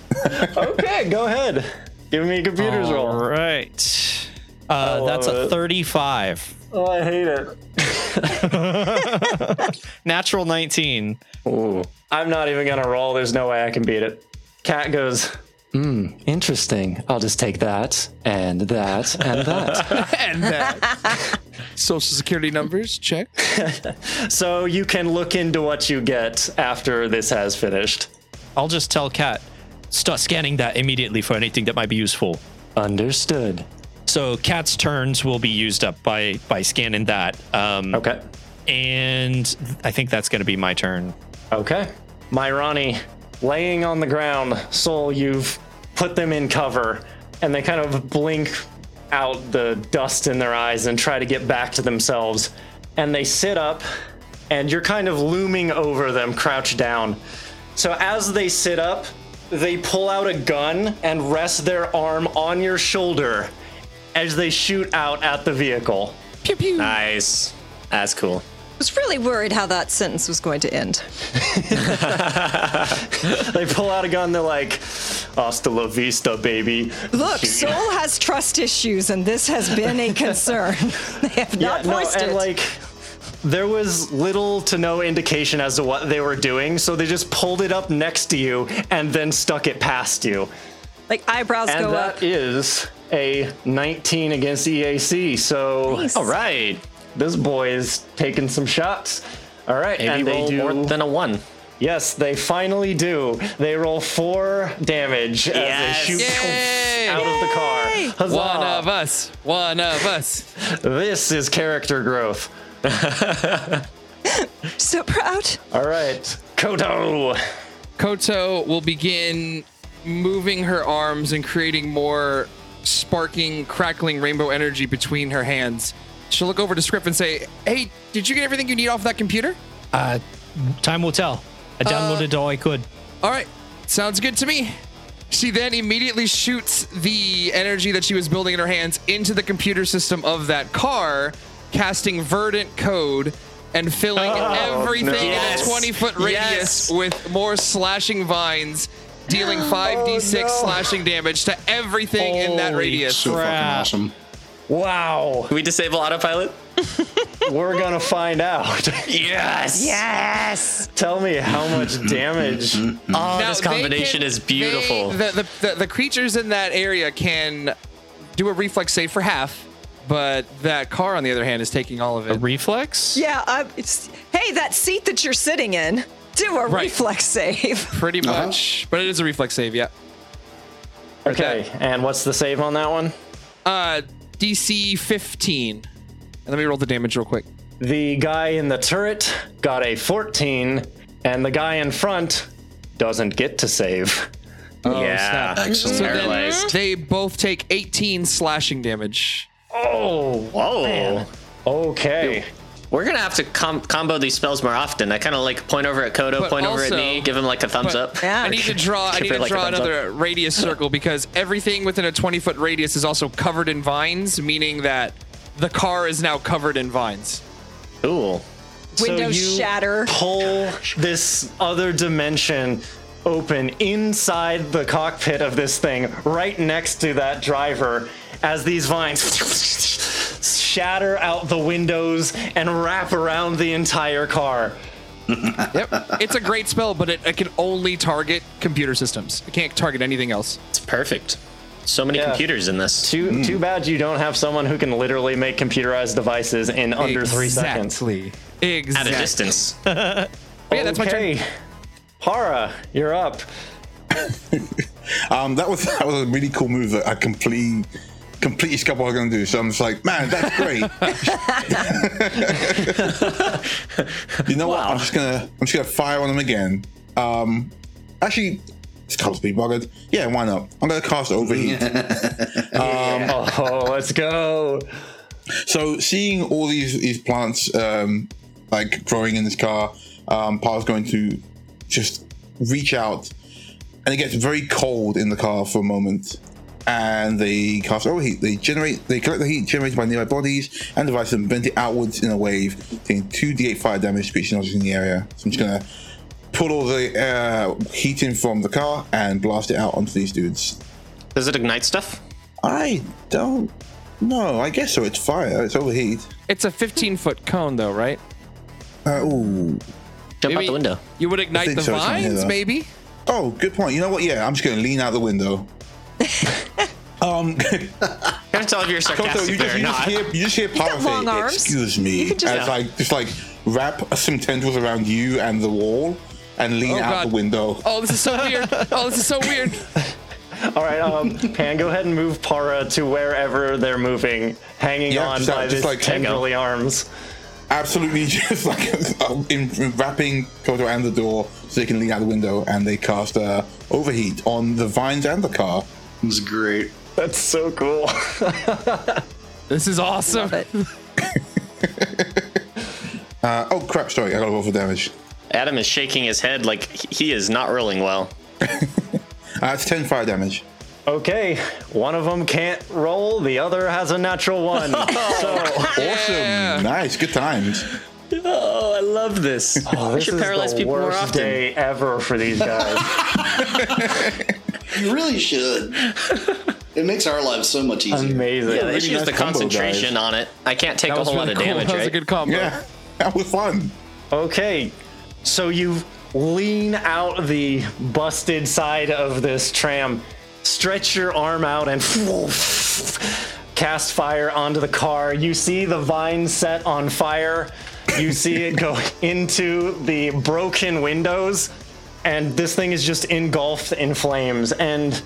Okay, go ahead. Give me a computer's roll.
All right. Uh, that's a
it.
35.
Oh, I hate it.
Natural 19.
I'm not even gonna roll. There's no way I can beat it. Cat goes. Hmm, interesting. I'll just take that and that and <laughs> that.
<laughs> And that. Social security numbers, check.
so you can look into what you get after this has finished.
I'll just tell Kat, start scanning that immediately for anything that might be useful.
Understood.
So Kat's turns will be used up by by scanning that. Um,
Okay.
and I think that's going to be my turn.
Okay. My Ronnie, laying on the ground, Soul, you've put them in cover, and they kind of blink out the dust in their eyes and try to get back to themselves. And they sit up, and you're kind of looming over them, crouched down. So as they sit up, they pull out a gun and rest their arm on your shoulder as they shoot out at the vehicle.
Pew pew. I
Nice. That's cool.
was really worried how that sentence was going to end.
<laughs> They pull out a gun, they're like, Hasta la vista, baby. <laughs>
Look, Soul has trust issues, and this has been a concern. <laughs> they have not voiced
and
it.
like there was little to no indication as to what they were doing, so they just pulled it up next to you and then stuck it past you.
Like, eyebrows
And
go
that
up.
is a 19 against EAC. So
All right.
this boy is taking some shots. All right,
Maybe
and they
roll
do.
more than a one.
yes, they finally do. They roll four damage
Yes.
as they shoot
Yay!
out of the car. Huzzah.
One of us. One of us.
This is character growth. <laughs>
So proud.
All right, Kodo.
Koto will begin moving her arms and creating more sparking, crackling rainbow energy between her hands. She'll look over to Script and say, Hey, did you get everything you need off that computer?
Uh, time will tell. I downloaded all I could.
All right, sounds good to me. She then immediately shoots the energy that she was building in her hands into the computer system of that car, casting verdant code and filling everything
Yes.
in a 20 foot
Yes.
radius with more slashing vines, dealing 5d6 slashing damage to everything in that radius.
So fucking awesome.
Wow,
Can we disable autopilot?
<laughs> we're gonna find out.
Yes.
Yes.
Tell me how much damage.
Oh,
Mm. Now,
this
they can-
combination is beautiful.
they- the, the, the, the creatures in that area can do a reflex save for half, but that car, on the other hand, is taking all of it.
Reflex?
Yeah. I, it's, hey, that seat that you're sitting in, do a
Right.
reflex save. <laughs>
pretty
Uh-huh.
much. But it is a reflex save, yeah.
Okay, and what's the save on that one?
Uh, DC 15. And let me roll the damage real quick.
The guy in the turret got a 14, and the guy in front doesn't get to save.
Oh,
yeah.
snap.
Excellent.
So then
Paralyzed.
they both take 18 slashing damage.
Oh,
Whoa.
okay.
We're gonna have to com- combo these spells more often. I kind of like point over at Kodo,
But
point over
also-
at me, give him like a thumbs
But
up.
Yeah.
I
<laughs>
need to draw. I
Give
need
her,
to
like, a
draw
thumbs
another <laughs> radius circle because everything within a 20 foot radius is also covered in vines, meaning that the car is now covered in vines.
Cool.
Windows
you
shatter.
Pull this other dimension open inside the cockpit of this thing, right next to that driver, as these vines shatter out the windows and wrap around the entire
<laughs>
car.
Yep. it's a great spell, but it, it can only target computer systems. It can't target anything else.
It's perfect. So many
Yeah.
computers in this.
Too, too bad you don't have someone who can literally make computerized devices in under three seconds. <laughs>
Exactly.
At
Exactly.
a distance.
But yeah, that's my turn.
Okay. Para, you're up.
Um, that was <laughs> that was a really cool move that I completely completely scuppered what I was going to do. So I'm just like, man, that's great. <laughs> you know what? I'm just gonna I'm just gonna fire on him again. Um, actually, it's called be buggered. Yeah, why not? I'm gonna cast
<laughs>
overheat. Um,
Oh, let's go.
So seeing all these these plants um, like growing in this car, um, Pa's going to just reach out, and it gets very cold in the car for a moment. And they cast overheat. They generate, they collect the heat generated by nearby bodies and devices and bend it outwards in a wave, taking 2d8 fire damage to each object in the area. So I'm just gonna pull all the uh, heat in from the car and blast it out onto these dudes.
Does it ignite stuff?
I don't know. I guess so. It's fire. It's overheat.
It's a 15 foot cone, though, right?
Uh, ooh.
Jump out
Maybe-
the window.
You would ignite
think
the
so, it's in here,
vines,
though.
maybe? <laughs>
Oh, good point. You know what? Yeah, I'm just going to lean out the window. um, Koto,
<laughs> Can't tell if you're sarcastic
you just,
there or
you just
not.
hear you just hear Paro
got long
say,
arms.
"Excuse me,"
You can just-
as like just like wrap some tendrils around you and the wall and lean
Oh,
out
God.
the window.
Oh, this is so weird. Oh, this is so weird.
All right, um, Pan, go ahead and move Para to wherever they're moving, hanging
Yeah,
on
just, uh,
by
just
this
like-
tendrily arms.
Absolutely, <laughs> just like um, in, wrapping Koto and the door so they can lean out the window, and they cast uh, overheat on the vines and the car.
It's great.
That's so cool.
This is awesome.
<laughs> Uh, oh crap! Sorry, I got to roll for damage.
Adam is shaking his head like he- he is not rolling well.
Uh, it's ten fire damage.
okay, one of them can't roll, the other has a
<laughs>
natural
<laughs>
one. so
Awesome, nice, good times.
Oh, I love this. we
this Oh,
should
is
paralyze
the
people more
worst
often.
day ever for these guys.
You really
<laughs>
should. it makes our lives so much easier.
Amazing.
Yeah, the issue is
nice
the
combo, guys.
concentration on it. I can't take a whole lot of damage,
that was
right?
a good combo.
Yeah, that was fun.
Okay, so you lean out the busted side of this tram, stretch your arm out, and <laughs> cast fire onto the car. You see the vine set on fire. You see it go <laughs> into the broken windows, and this thing is just engulfed in flames. And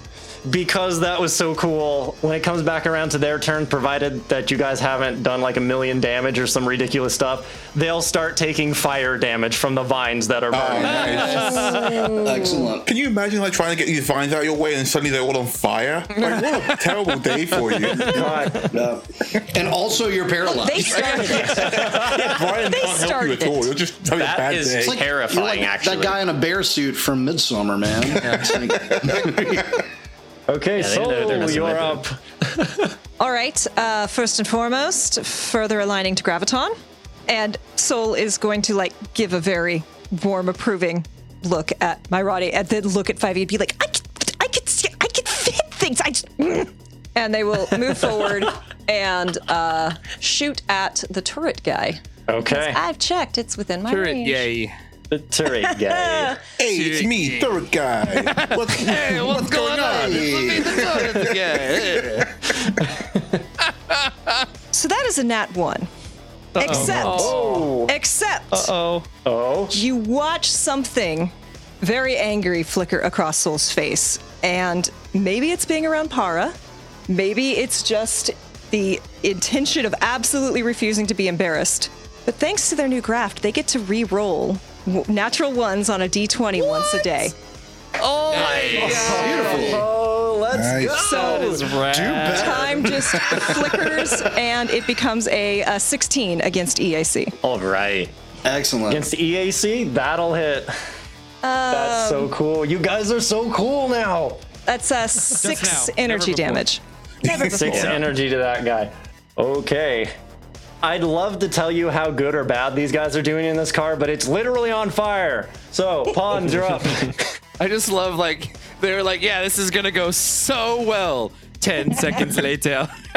because that was so cool, when it comes back around to their turn, provided that you guys haven't done like a million damage or some ridiculous stuff, they'll start taking fire damage from the vines that are
Oh,
burning.
nice.
<laughs> Excellent.
Can you <laughs> imagine like trying to get these vines out of your way and suddenly they're all on fire? Like what a terrible day
<laughs>
for you.
God.
No. And also, you're paralyzed.
They started
<laughs>
it.
Brian
They
can't help you
started
at all.
it.
<laughs>
You're just having a
That
bad
is
day.
It's
terrifying,
you're
actually.
That guy in a bear suit from Midsummer,
<laughs>
man. It's like-
<laughs> Okay,
they know they're
so
messing
you're
with it.
up.
All right. Uh, first and foremost, further aligning to graviton, and Soul is going to like give a very warm, approving look at my Roddy, and then look at Five E and be like, "I can, I can, see- I can fit things." I just, <laughs> mm." and they will move forward and uh, shoot at the turret guy.
Okay.
I've checked; it's within my
Turret,
range.
yay.
The turret guy.
<laughs> Hey, it's me, third <laughs> guy.
<laughs>
What's,
What's going on? Yeah. <laughs>
So that is a nat one. <laughs> Except, except,
Oh,
Oh,
you watch something very angry flicker across Soul's face, and maybe it's being around Para, maybe it's just the intention of absolutely refusing to be embarrassed. But thanks to their new graft, they get to re-roll w- natural ones on a d20 once a day.
Oh, my God.
Beautiful.
Let's
Nice.
go.
So-
That is rad.
Oh, Time just flickers and it becomes a, uh 16 against E EAC.
All right.
Excellent.
Against EAC, that'll hit. That's
Um,
so cool. You guys are so cool now.
That's uh, six
now,
energy
never before.
damage.
<laughs> Six energy to that guy. Okay. I'd love to tell you how good or bad these guys are doing in this car, but it's literally on fire. So, Pawns, you're up.
I just love like they're like, yeah, this is gonna go so well.
<laughs>
Ten seconds later, <laughs>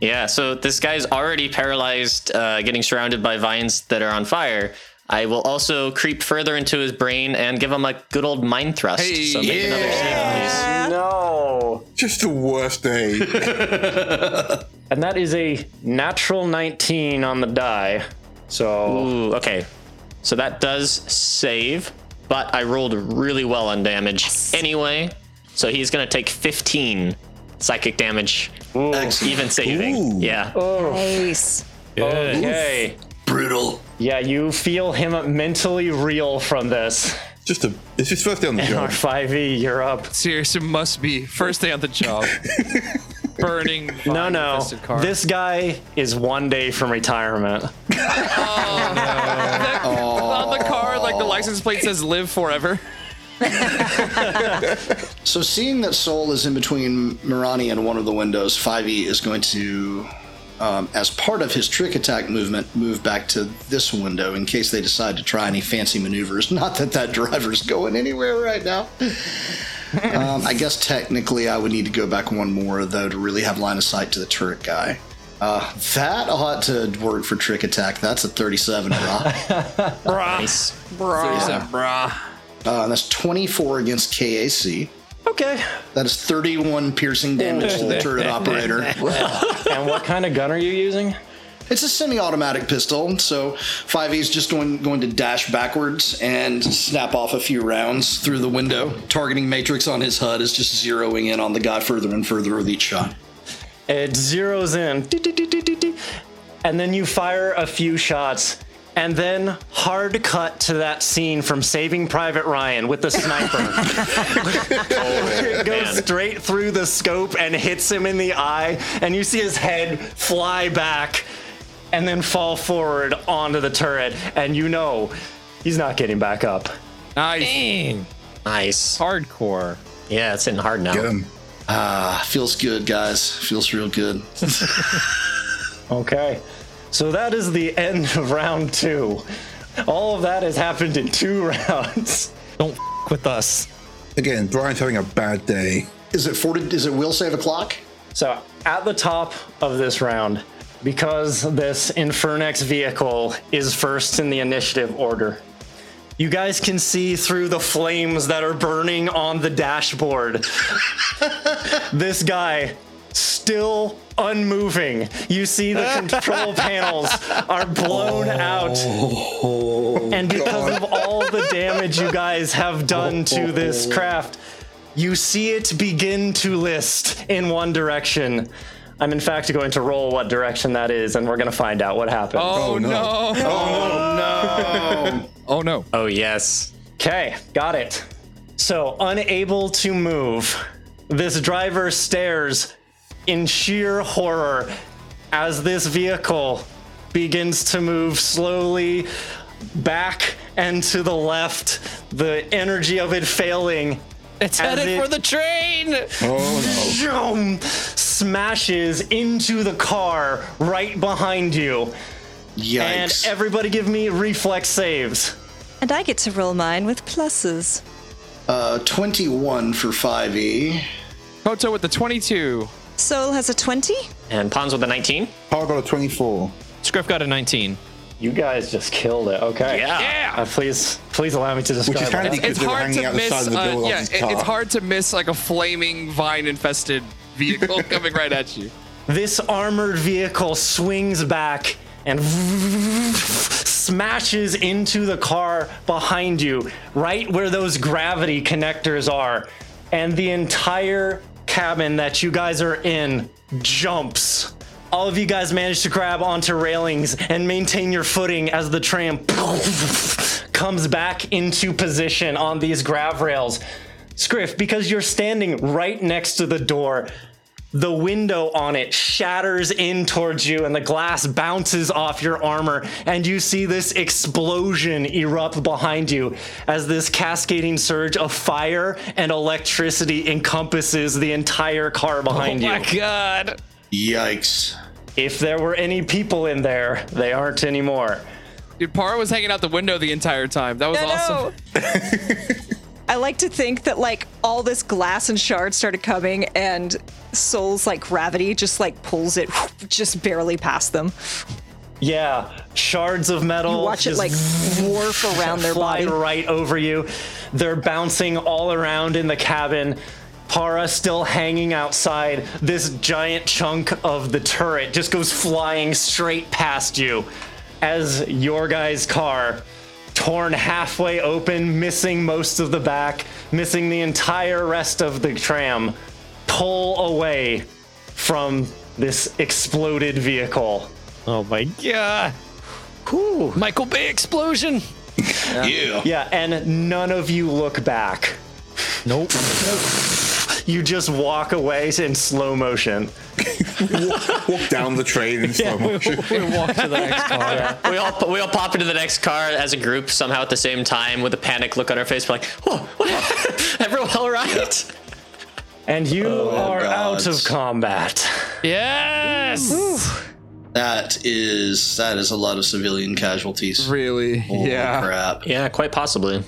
Yeah, so this guy's already paralyzed, uh, getting surrounded by vines that are on fire. I will also creep further into his brain and give him a good old mind thrust.
Hey,
so make another save, please.
no.
Just the worst day.
<laughs> And that is a <laughs> natural 19 on the die. So,
Ooh, okay. So that does save, but I rolled really well on damage anyway. So he's going to take 15 psychic damage,
Excellent.
even saving. Yeah.
Oh. Nice.
okay.
Brutal.
Yeah, you feel him mentally reel from this.
Just a. It's his first day
<laughs>
on the job.
R5E, you're up.
seriously, must be first day on
<laughs>
the job. Burning.
No, no.
vine-infested Car.
This guy is one day from retirement.
on the car, like the license plate says "Live Forever."
So seeing that Soul is in between Mirani and one of the windows, 5e is going to, um, as part of his trick attack movement, move back to this window in case they decide to try any fancy maneuvers. <laughs> Not that that driver's going anywhere right now. Um, I guess technically I would need to go back one more, though, to really have line of sight to the turret guy. Uh, that ought to work for trick attack. That's a 37, brah.
Nice.
Uh, that's 24 against KAC.
Okay.
That is 31 piercing damage to the
<laughs>
turret operator.
And what kind of gun are you using?
It's a semi-automatic pistol, so 5e is just going going to dash backwards and snap off a few rounds through the window. Targeting matrix on his HUD is just zeroing in on the guy further and further with each shot.
It zeroes in. Dee, dee, dee, dee, dee, dee. And then you fire a few shots. And then hard cut to that scene from Saving Private Ryan with the
<laughs>
sniper. it goes straight through the scope and hits him in the eye. And you see his head fly back and then fall forward onto the turret. And you know he's not getting back up.
Nice.
Nice.
Hardcore.
Yeah, it's in hard now.
Get him.
Ah, feels good, guys. Feels real good.
<laughs> Okay. So that is the end of round two. All of that has happened in two <laughs> rounds.
Don't f- with us.
Again, Brian's having a bad day.
Is it 40, is it will save a clock?
So at the top of this round, because this Infernex vehicle is first in the initiative order, you guys can see through the flames that are burning on the dashboard. <laughs> this guy still unmoving. You see the control panels are blown out. and because of all the damage you guys have done to this craft, you see it begin to list in one direction. I'm in fact going to roll what direction that is, and we're going to find out what happened.
Oh,
no.
no. <laughs> Oh no.
Oh, yes.
Okay, got it. So, unable to move, this driver stares in sheer horror as this vehicle begins to move slowly back and to the left, the energy of it failing.
It's
As
headed
it-
for the train.
Oh
Zoom, smashes into the car right behind you. And
Yikes.
everybody give me reflex saves.
And I get to roll mine with pluses.
uh, 21 for E. 5e.
Koto with the 22.
Soul has a 20.
And Pons with a 19?
no. Paul got a 24.
Scriff got a 19.
You guys just killed it. Okay. Uh, please, please allow me to describe.
Which is
what
handy
happened.
because
It's
they were
hard
hanging
to
out the
miss.
side of the
Uh,
door
yeah,
of his
it-
car.
it's hard to miss like a flaming vine-infested
<laughs>
vehicle coming right at you.
This armored vehicle swings back and smashes into the car behind you, right where those gravity connectors are, and the entire cabin that you guys are in jumps. All of you guys manage to grab onto railings and maintain your footing as the tram comes back into position on these grav rails. Scriff, because you're standing right next to the door, the window on it shatters in towards you and the glass bounces off your armor, and you see this explosion erupt behind you as this cascading surge of fire and electricity encompasses the entire car
Oh
behind you.
God.
Yikes.
If there were any people in there, they aren't anymore.
Dude, Para was hanging out the window the entire time. That was awesome.
I like to think that like all this glass and shards started coming, and Soul's like gravity just like pulls it just barely past them.
Yeah, shards of metal.
Watch it
just
like warp around their
fly
body.
right over you. They're bouncing all around in the cabin. Para still hanging outside. This giant chunk of the turret just goes flying straight past you as your guy's car, torn halfway open, missing most of the back, missing the entire rest of the tram, pull away from this exploded vehicle.
Oh my god.
Michael Bay explosion.
Yeah.
Yeah, and none of you look back.
Nope.
You just walk away in slow motion.
<laughs> Walk down the train in slow motion.
<laughs> we all we all pop into the next car as a group somehow at the same time with a panic look on our face. We're like, "Whoa, what? happened? <laughs> Everyone all right?"
And you
Oh,
are
gods.
out of combat.
Yes.
That is that is a lot of civilian casualties.
Really?
Holy
yeah.
crap.
Yeah, quite possibly.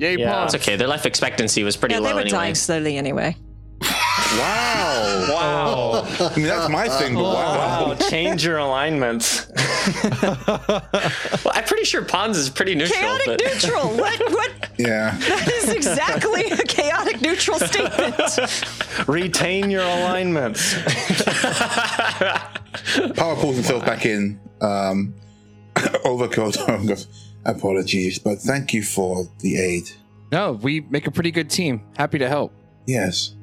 Yay,
Yeah.
Paul.
It's okay. Their life expectancy was pretty
Yeah,
low
they were
anyway.
dying slowly anyway.
Wow.
Wow.
I mean, that's my thing, but wow.
Wow. Change your alignments.
<laughs> Well, I'm pretty sure Pons is pretty neutral.
Chaotic
but
neutral. What? What?
Yeah.
That is exactly
<laughs>
a chaotic neutral statement.
Retain your alignments.
Power pulls himself back in um, <laughs> over Kotor and goes, Apologies, but thank you for the aid.
No, we make a pretty good team. Happy to help.
Yes.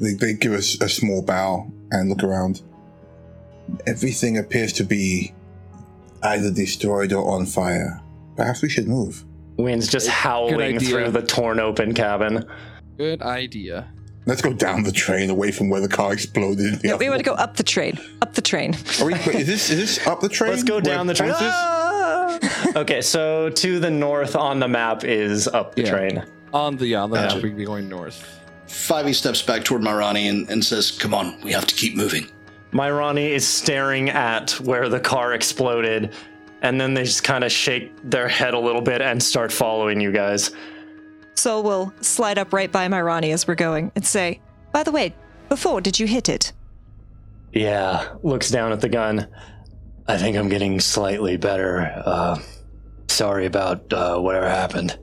They, they give us a small bow and look around. Everything appears to be either destroyed or on fire. Perhaps we should move.
Wind's just howling
idea.
through the torn open cabin.
Good idea.
Let's go down the train away from where the car exploded.
Yeah, we want to go up the train. Up the train.
Are we, wait, is, this, is this up the train?
Let's go
Where Ah!
down the train.
Pontus is?
<laughs> Okay, so to the north on the map is up the
Yeah.
train.
On the island, we'd be going north.
Fivey E steps back toward Marani and, and says, Come on, we have to keep moving.
Myrani is staring at where the car exploded, and then they just kind of shake their head a little bit and start following you guys.
Soul will slide up right by Myrani as we're going and say, By the way, before did you hit it?
Yeah, looks down at the gun. I think I'm getting slightly better. Uh, sorry about uh, whatever happened.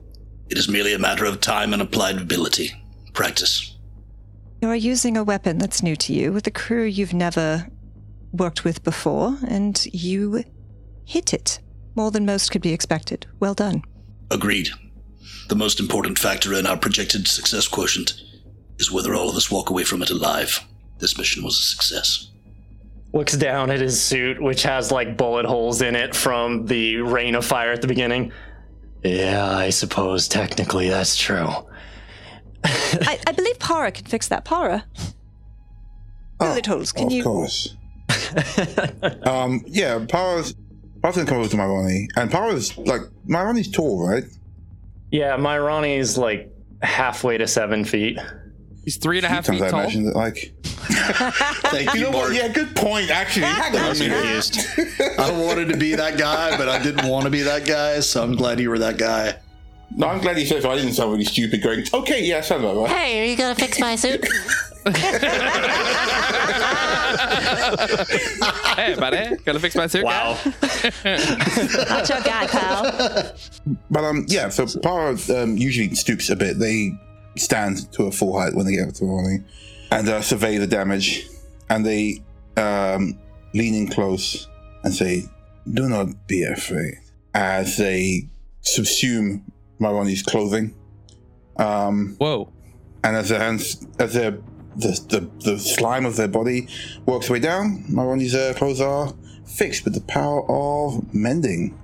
It is merely a matter of time and applied ability. Practice.
You're using a weapon that's new to you with a crew you've never worked with before, and you hit it more than most could be expected. Well
<laughs>
done.
Agreed. The most important factor in our projected success quotient is whether all of us walk away from it alive. This mission was a success.
Looks down at his suit, which has like bullet holes in it from the rain of fire at the beginning. Yeah, I suppose technically that's true.
I, I believe Para can fix that. Para. Bullet holes, can
Oh, of
you-
<laughs>
<laughs>
course. um, yeah, Power's. Power's gonna come over to Myroni, and Power's like Myroni's tall, right?
Yeah, my Ronnie's like halfway to seven feet.
He's three and a half
Sometimes I
feet tall.
imagine that, like,
Thank you, Mark.
yeah, good point. Actually, hang on a minute.
<laughs> I wanted to be that guy, but I didn't want to be that guy, so I'm glad you were that guy.
No, I'm glad you said. So I didn't sound really stupid. Going, okay, yeah, sounds about right.
Hey, are you gonna fix my
<laughs>
suit?
hey, buddy. Gotta fix my suit.
wow.
Watch your guy, pal.
But um, yeah. So Power um, usually stoops a bit. They stand to a full height when they get up to Myroni, and uh, survey the damage, and they um, lean in close and say, "Do not be afraid." As they subsume Myroni's clothing, um,
Whoa.
and as their hands, as their the, the, the slime of their body works its way down, Maroni's uh, clothes are fixed with the power of mending.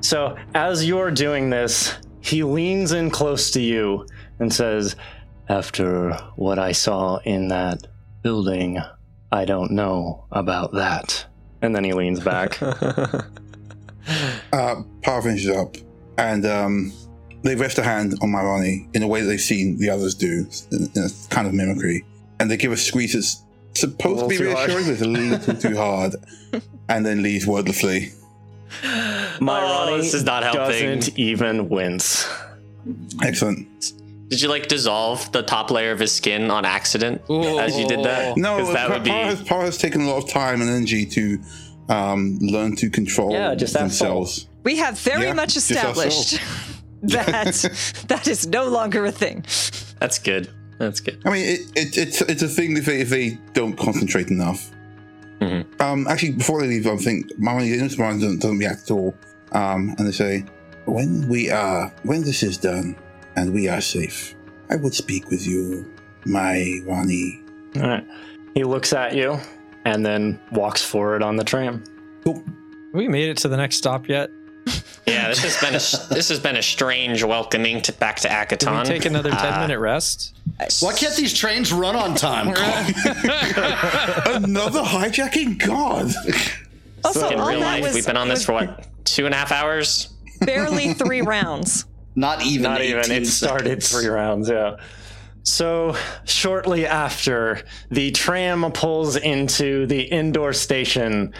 So as you're doing this, he leans in close to you and says,
After what I saw in that building, I don't know about that.
And then he leans back.
Uh, power finishes up, and um, they rest a hand on Marani in a way that they've seen the others do, in, in a kind of mimicry. And they give a squeeze that's supposed to
A
be
little too hard.
reassuring, but it's a little too hard, and then leaves wordlessly.
<laughs>
My
Oh,
Ronnie
this is not helping.
doesn't even wince.
Excellent.
Did you like dissolve the top layer of his skin on accident as you did that?
No,
because that would
Power,
be
has, Power has taken a lot of time and energy to um, learn to control
Yeah, just that fault.
themselves.
We have very
Yeah,
much
just ourselves.
established <laughs> that that is no longer a thing.
that's good. That's good.
I mean, it, it, it's it's a thing if they, if they don't concentrate enough.
Mhm.
Um, actually, before they leave, I think Marlon James Marlon doesn't, doesn't react at all, um, and they say, "When we are when this is done, and we are safe, I would speak with you, my Ronnie."
All right. He looks at you and then walks forward on the tram.
we made it to the next stop yet?
Yeah, this has been a, <laughs> this has been a strange welcoming to back to
Did we
Akaton.
take another ten
Uh,
minute rest?
Why can't these trains run on time?
Another hijacking god.
Also,
In
all
real
that
life,
was
we've been on this
was
for what two and a half hours.
barely three rounds.
Not even.
Not even.
18
It started
seconds.
three rounds, yeah. So, shortly after, the tram pulls into the indoor station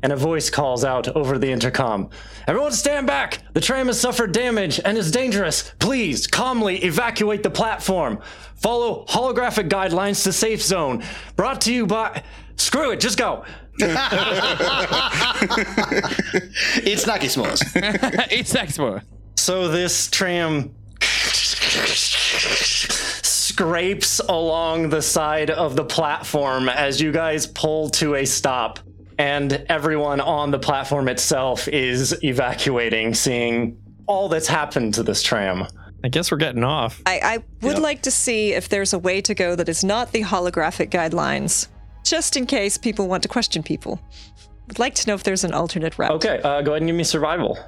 and a voice calls out over the intercom Everyone stand back! The tram has suffered damage and is dangerous. Please calmly evacuate the platform. Follow holographic guidelines to safe zone. Brought to you by. Screw it, just
<laughs>
go. <laughs>
It's
<laughs>
Nakismos.
Eight seconds more.
So this tram scrapes along the side of the platform as you guys pull to a stop. And everyone on the platform itself is evacuating, seeing all that's happened to this tram.
I guess we're getting off.
I, I would like to see if there's a way to go that is not the holographic guidelines, just in case people want to question people. Would like to know if there's an alternate route.
Okay, uh, go ahead and give me survival.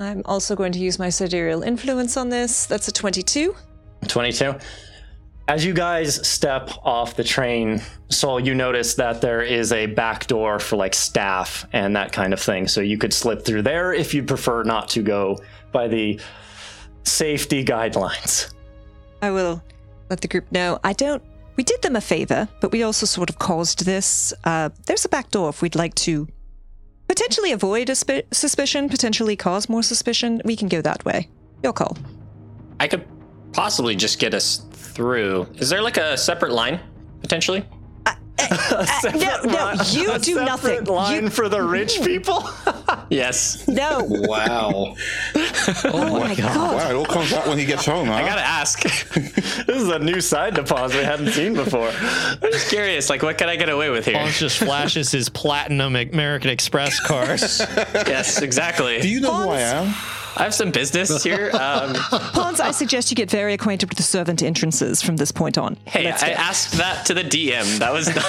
I'm also going to use my sidereal influence on this. That's a 22.
22. As you guys step off the train, Sol, you notice that there is a back door for like staff and that kind of thing. So you could slip through there if you prefer not to go by the safety guidelines.
I will let the group know. I don't. We did them a favor, but we also sort of caused this. Uh, there's a back door if we'd like to potentially avoid a sp- suspicion, potentially cause more suspicion. We can go that way. Your call.
I could possibly just get us through. Is there like a separate line
<laughs>
potentially?
Uh, no, no,
<laughs>
you do nothing.
Line
You,
for the
<laughs>
rich people?
Yes.
no.
<laughs>
wow.
Oh my god.
Wow, it all comes out when he gets home, huh?
I gotta ask.
<laughs> this is a new side to pause we hadn't seen before.
I'm just curious. Like, what can I get away with here?
Hans just flashes his platinum American Express card.
<laughs> yes,
Do
exactly.
you know who I am?
I have
<laughs>
some business here. Um,
Pons, I suggest you get very acquainted with the servant entrances from this point on.
hey, I asked that to the DM. That was not.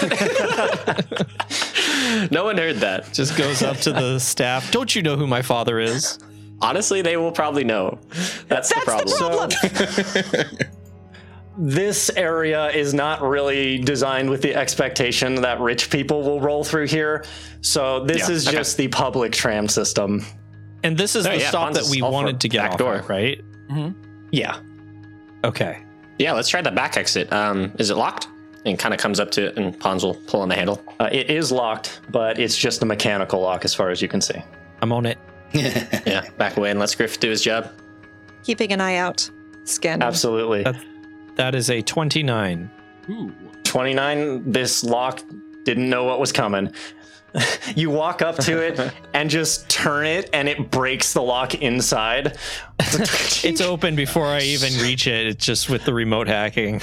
<laughs>
<laughs> no one heard that.
just goes up to the staff. Don't you know who my father is?
Honestly, they will probably know. That's, the problem.
That's the problem.
<laughs> this area is not really designed with the expectation that rich people will roll through here. So this
Yeah,
is
okay.
just the public tram system.
And this is
No,
the
yeah,
stop
Hans
that
is
we
all for
wanted to get
back
off
door.
at, right?
Yeah.
Okay.
Yeah, let's try the back exit. Um, is it locked? And kind of comes up to it, and Pons will pull on the handle.
Uh, it is locked, but it's just a mechanical lock as far as you can see.
I'm on it.
Yeah, back away and lets Griff do his job.
Keeping an eye out. Scan.
Absolutely.
That's- That is a 29.
29, this lock didn't know what was coming. <laughs> you walk up to
<laughs>
it and just turn it, and it breaks the lock
<laughs>
inside.
It's open before I even reach it. It's just with the remote hacking.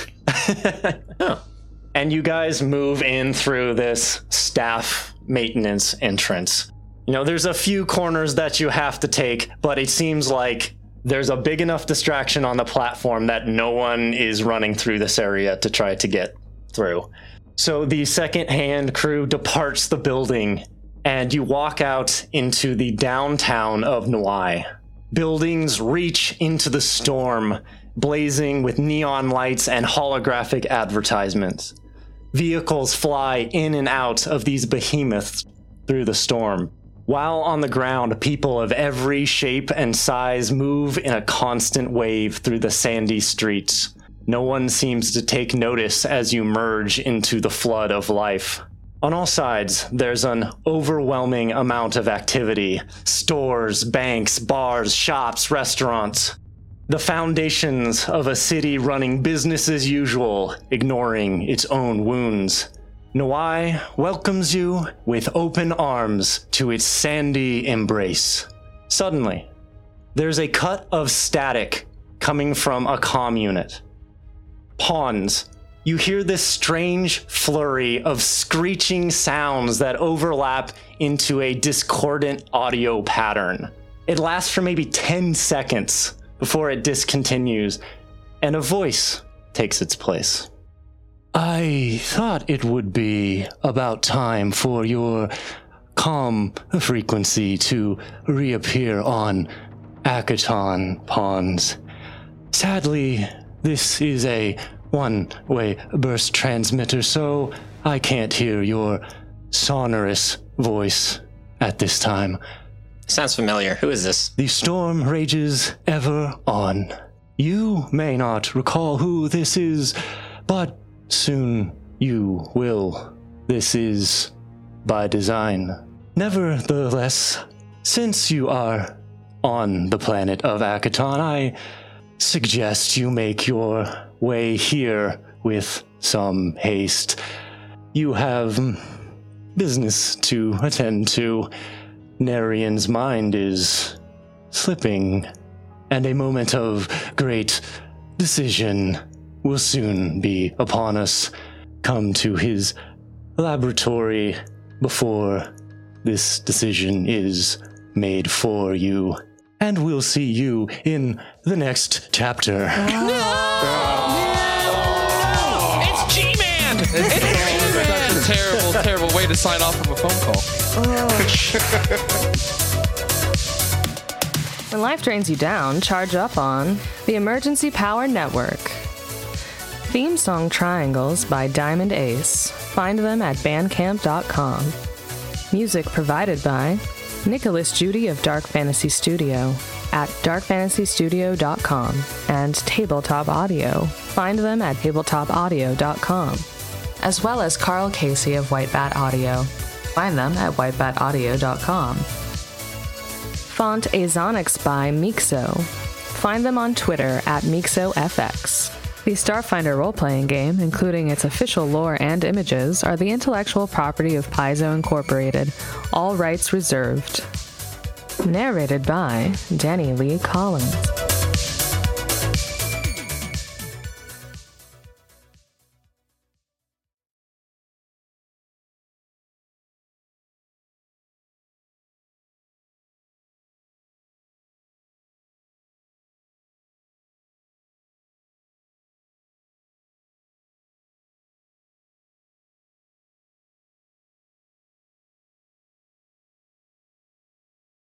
and you guys move in through this staff maintenance entrance. You know, there's a few corners that you have to take, but it seems like there's a big enough distraction on the platform that no one is running through this area to try to get through. So the second hand crew departs the building, and you walk out into the downtown of Noai. Buildings reach into the storm, blazing with neon lights and holographic advertisements. Vehicles fly in and out of these behemoths through the storm. While on the ground, people of every shape and size move in a constant wave through the sandy streets. No one seems to take notice as you merge into the flood of life. On all sides, there's an overwhelming amount of activity stores, banks, bars, shops, restaurants. The foundations of a city running business as usual, ignoring its own wounds. Noai welcomes you with open arms to its sandy embrace. Suddenly, there's a cut of static coming from a comm unit. Pawns, you hear this strange flurry of screeching sounds that overlap into a discordant audio pattern. It lasts for maybe 10 seconds before it discontinues, and a voice takes its place. I thought it would be about time for your calm frequency to reappear on Akaton Ponds. Sadly, this is a one way burst transmitter, so I can't hear your sonorous voice at this time.
Sounds familiar. Who is this?
The storm rages ever on. You may not recall who this is, but soon you will. This is by design. Nevertheless, since you are on the planet of Akaton, I suggest you make your way here with some haste. You have mm, business to attend to. Narian's mind is slipping, and a moment of great decision will soon be upon us. Come to his laboratory before this decision is made for you, and we'll see you in the next chapter.
It's G Man! It's a terrible, terrible way to sign off from a phone call.
When life drains you down, charge up on the Emergency Power Network. Theme song Triangles by Diamond Ace. Find them at bandcamp.com. Music provided by Nicholas Judy of Dark Fantasy Studio at darkfantasystudio.com and Tabletop Audio. Find them at tabletopaudio.com. As well as Carl Casey of White Bat Audio. Find them at whitebataudio.com. Font Azonix by Mixo. Find them on Twitter at MixoFX. The Starfinder role playing game, including its official lore and images, are the intellectual property of Paizo Incorporated, all rights reserved. Narrated by Danny Lee Collins.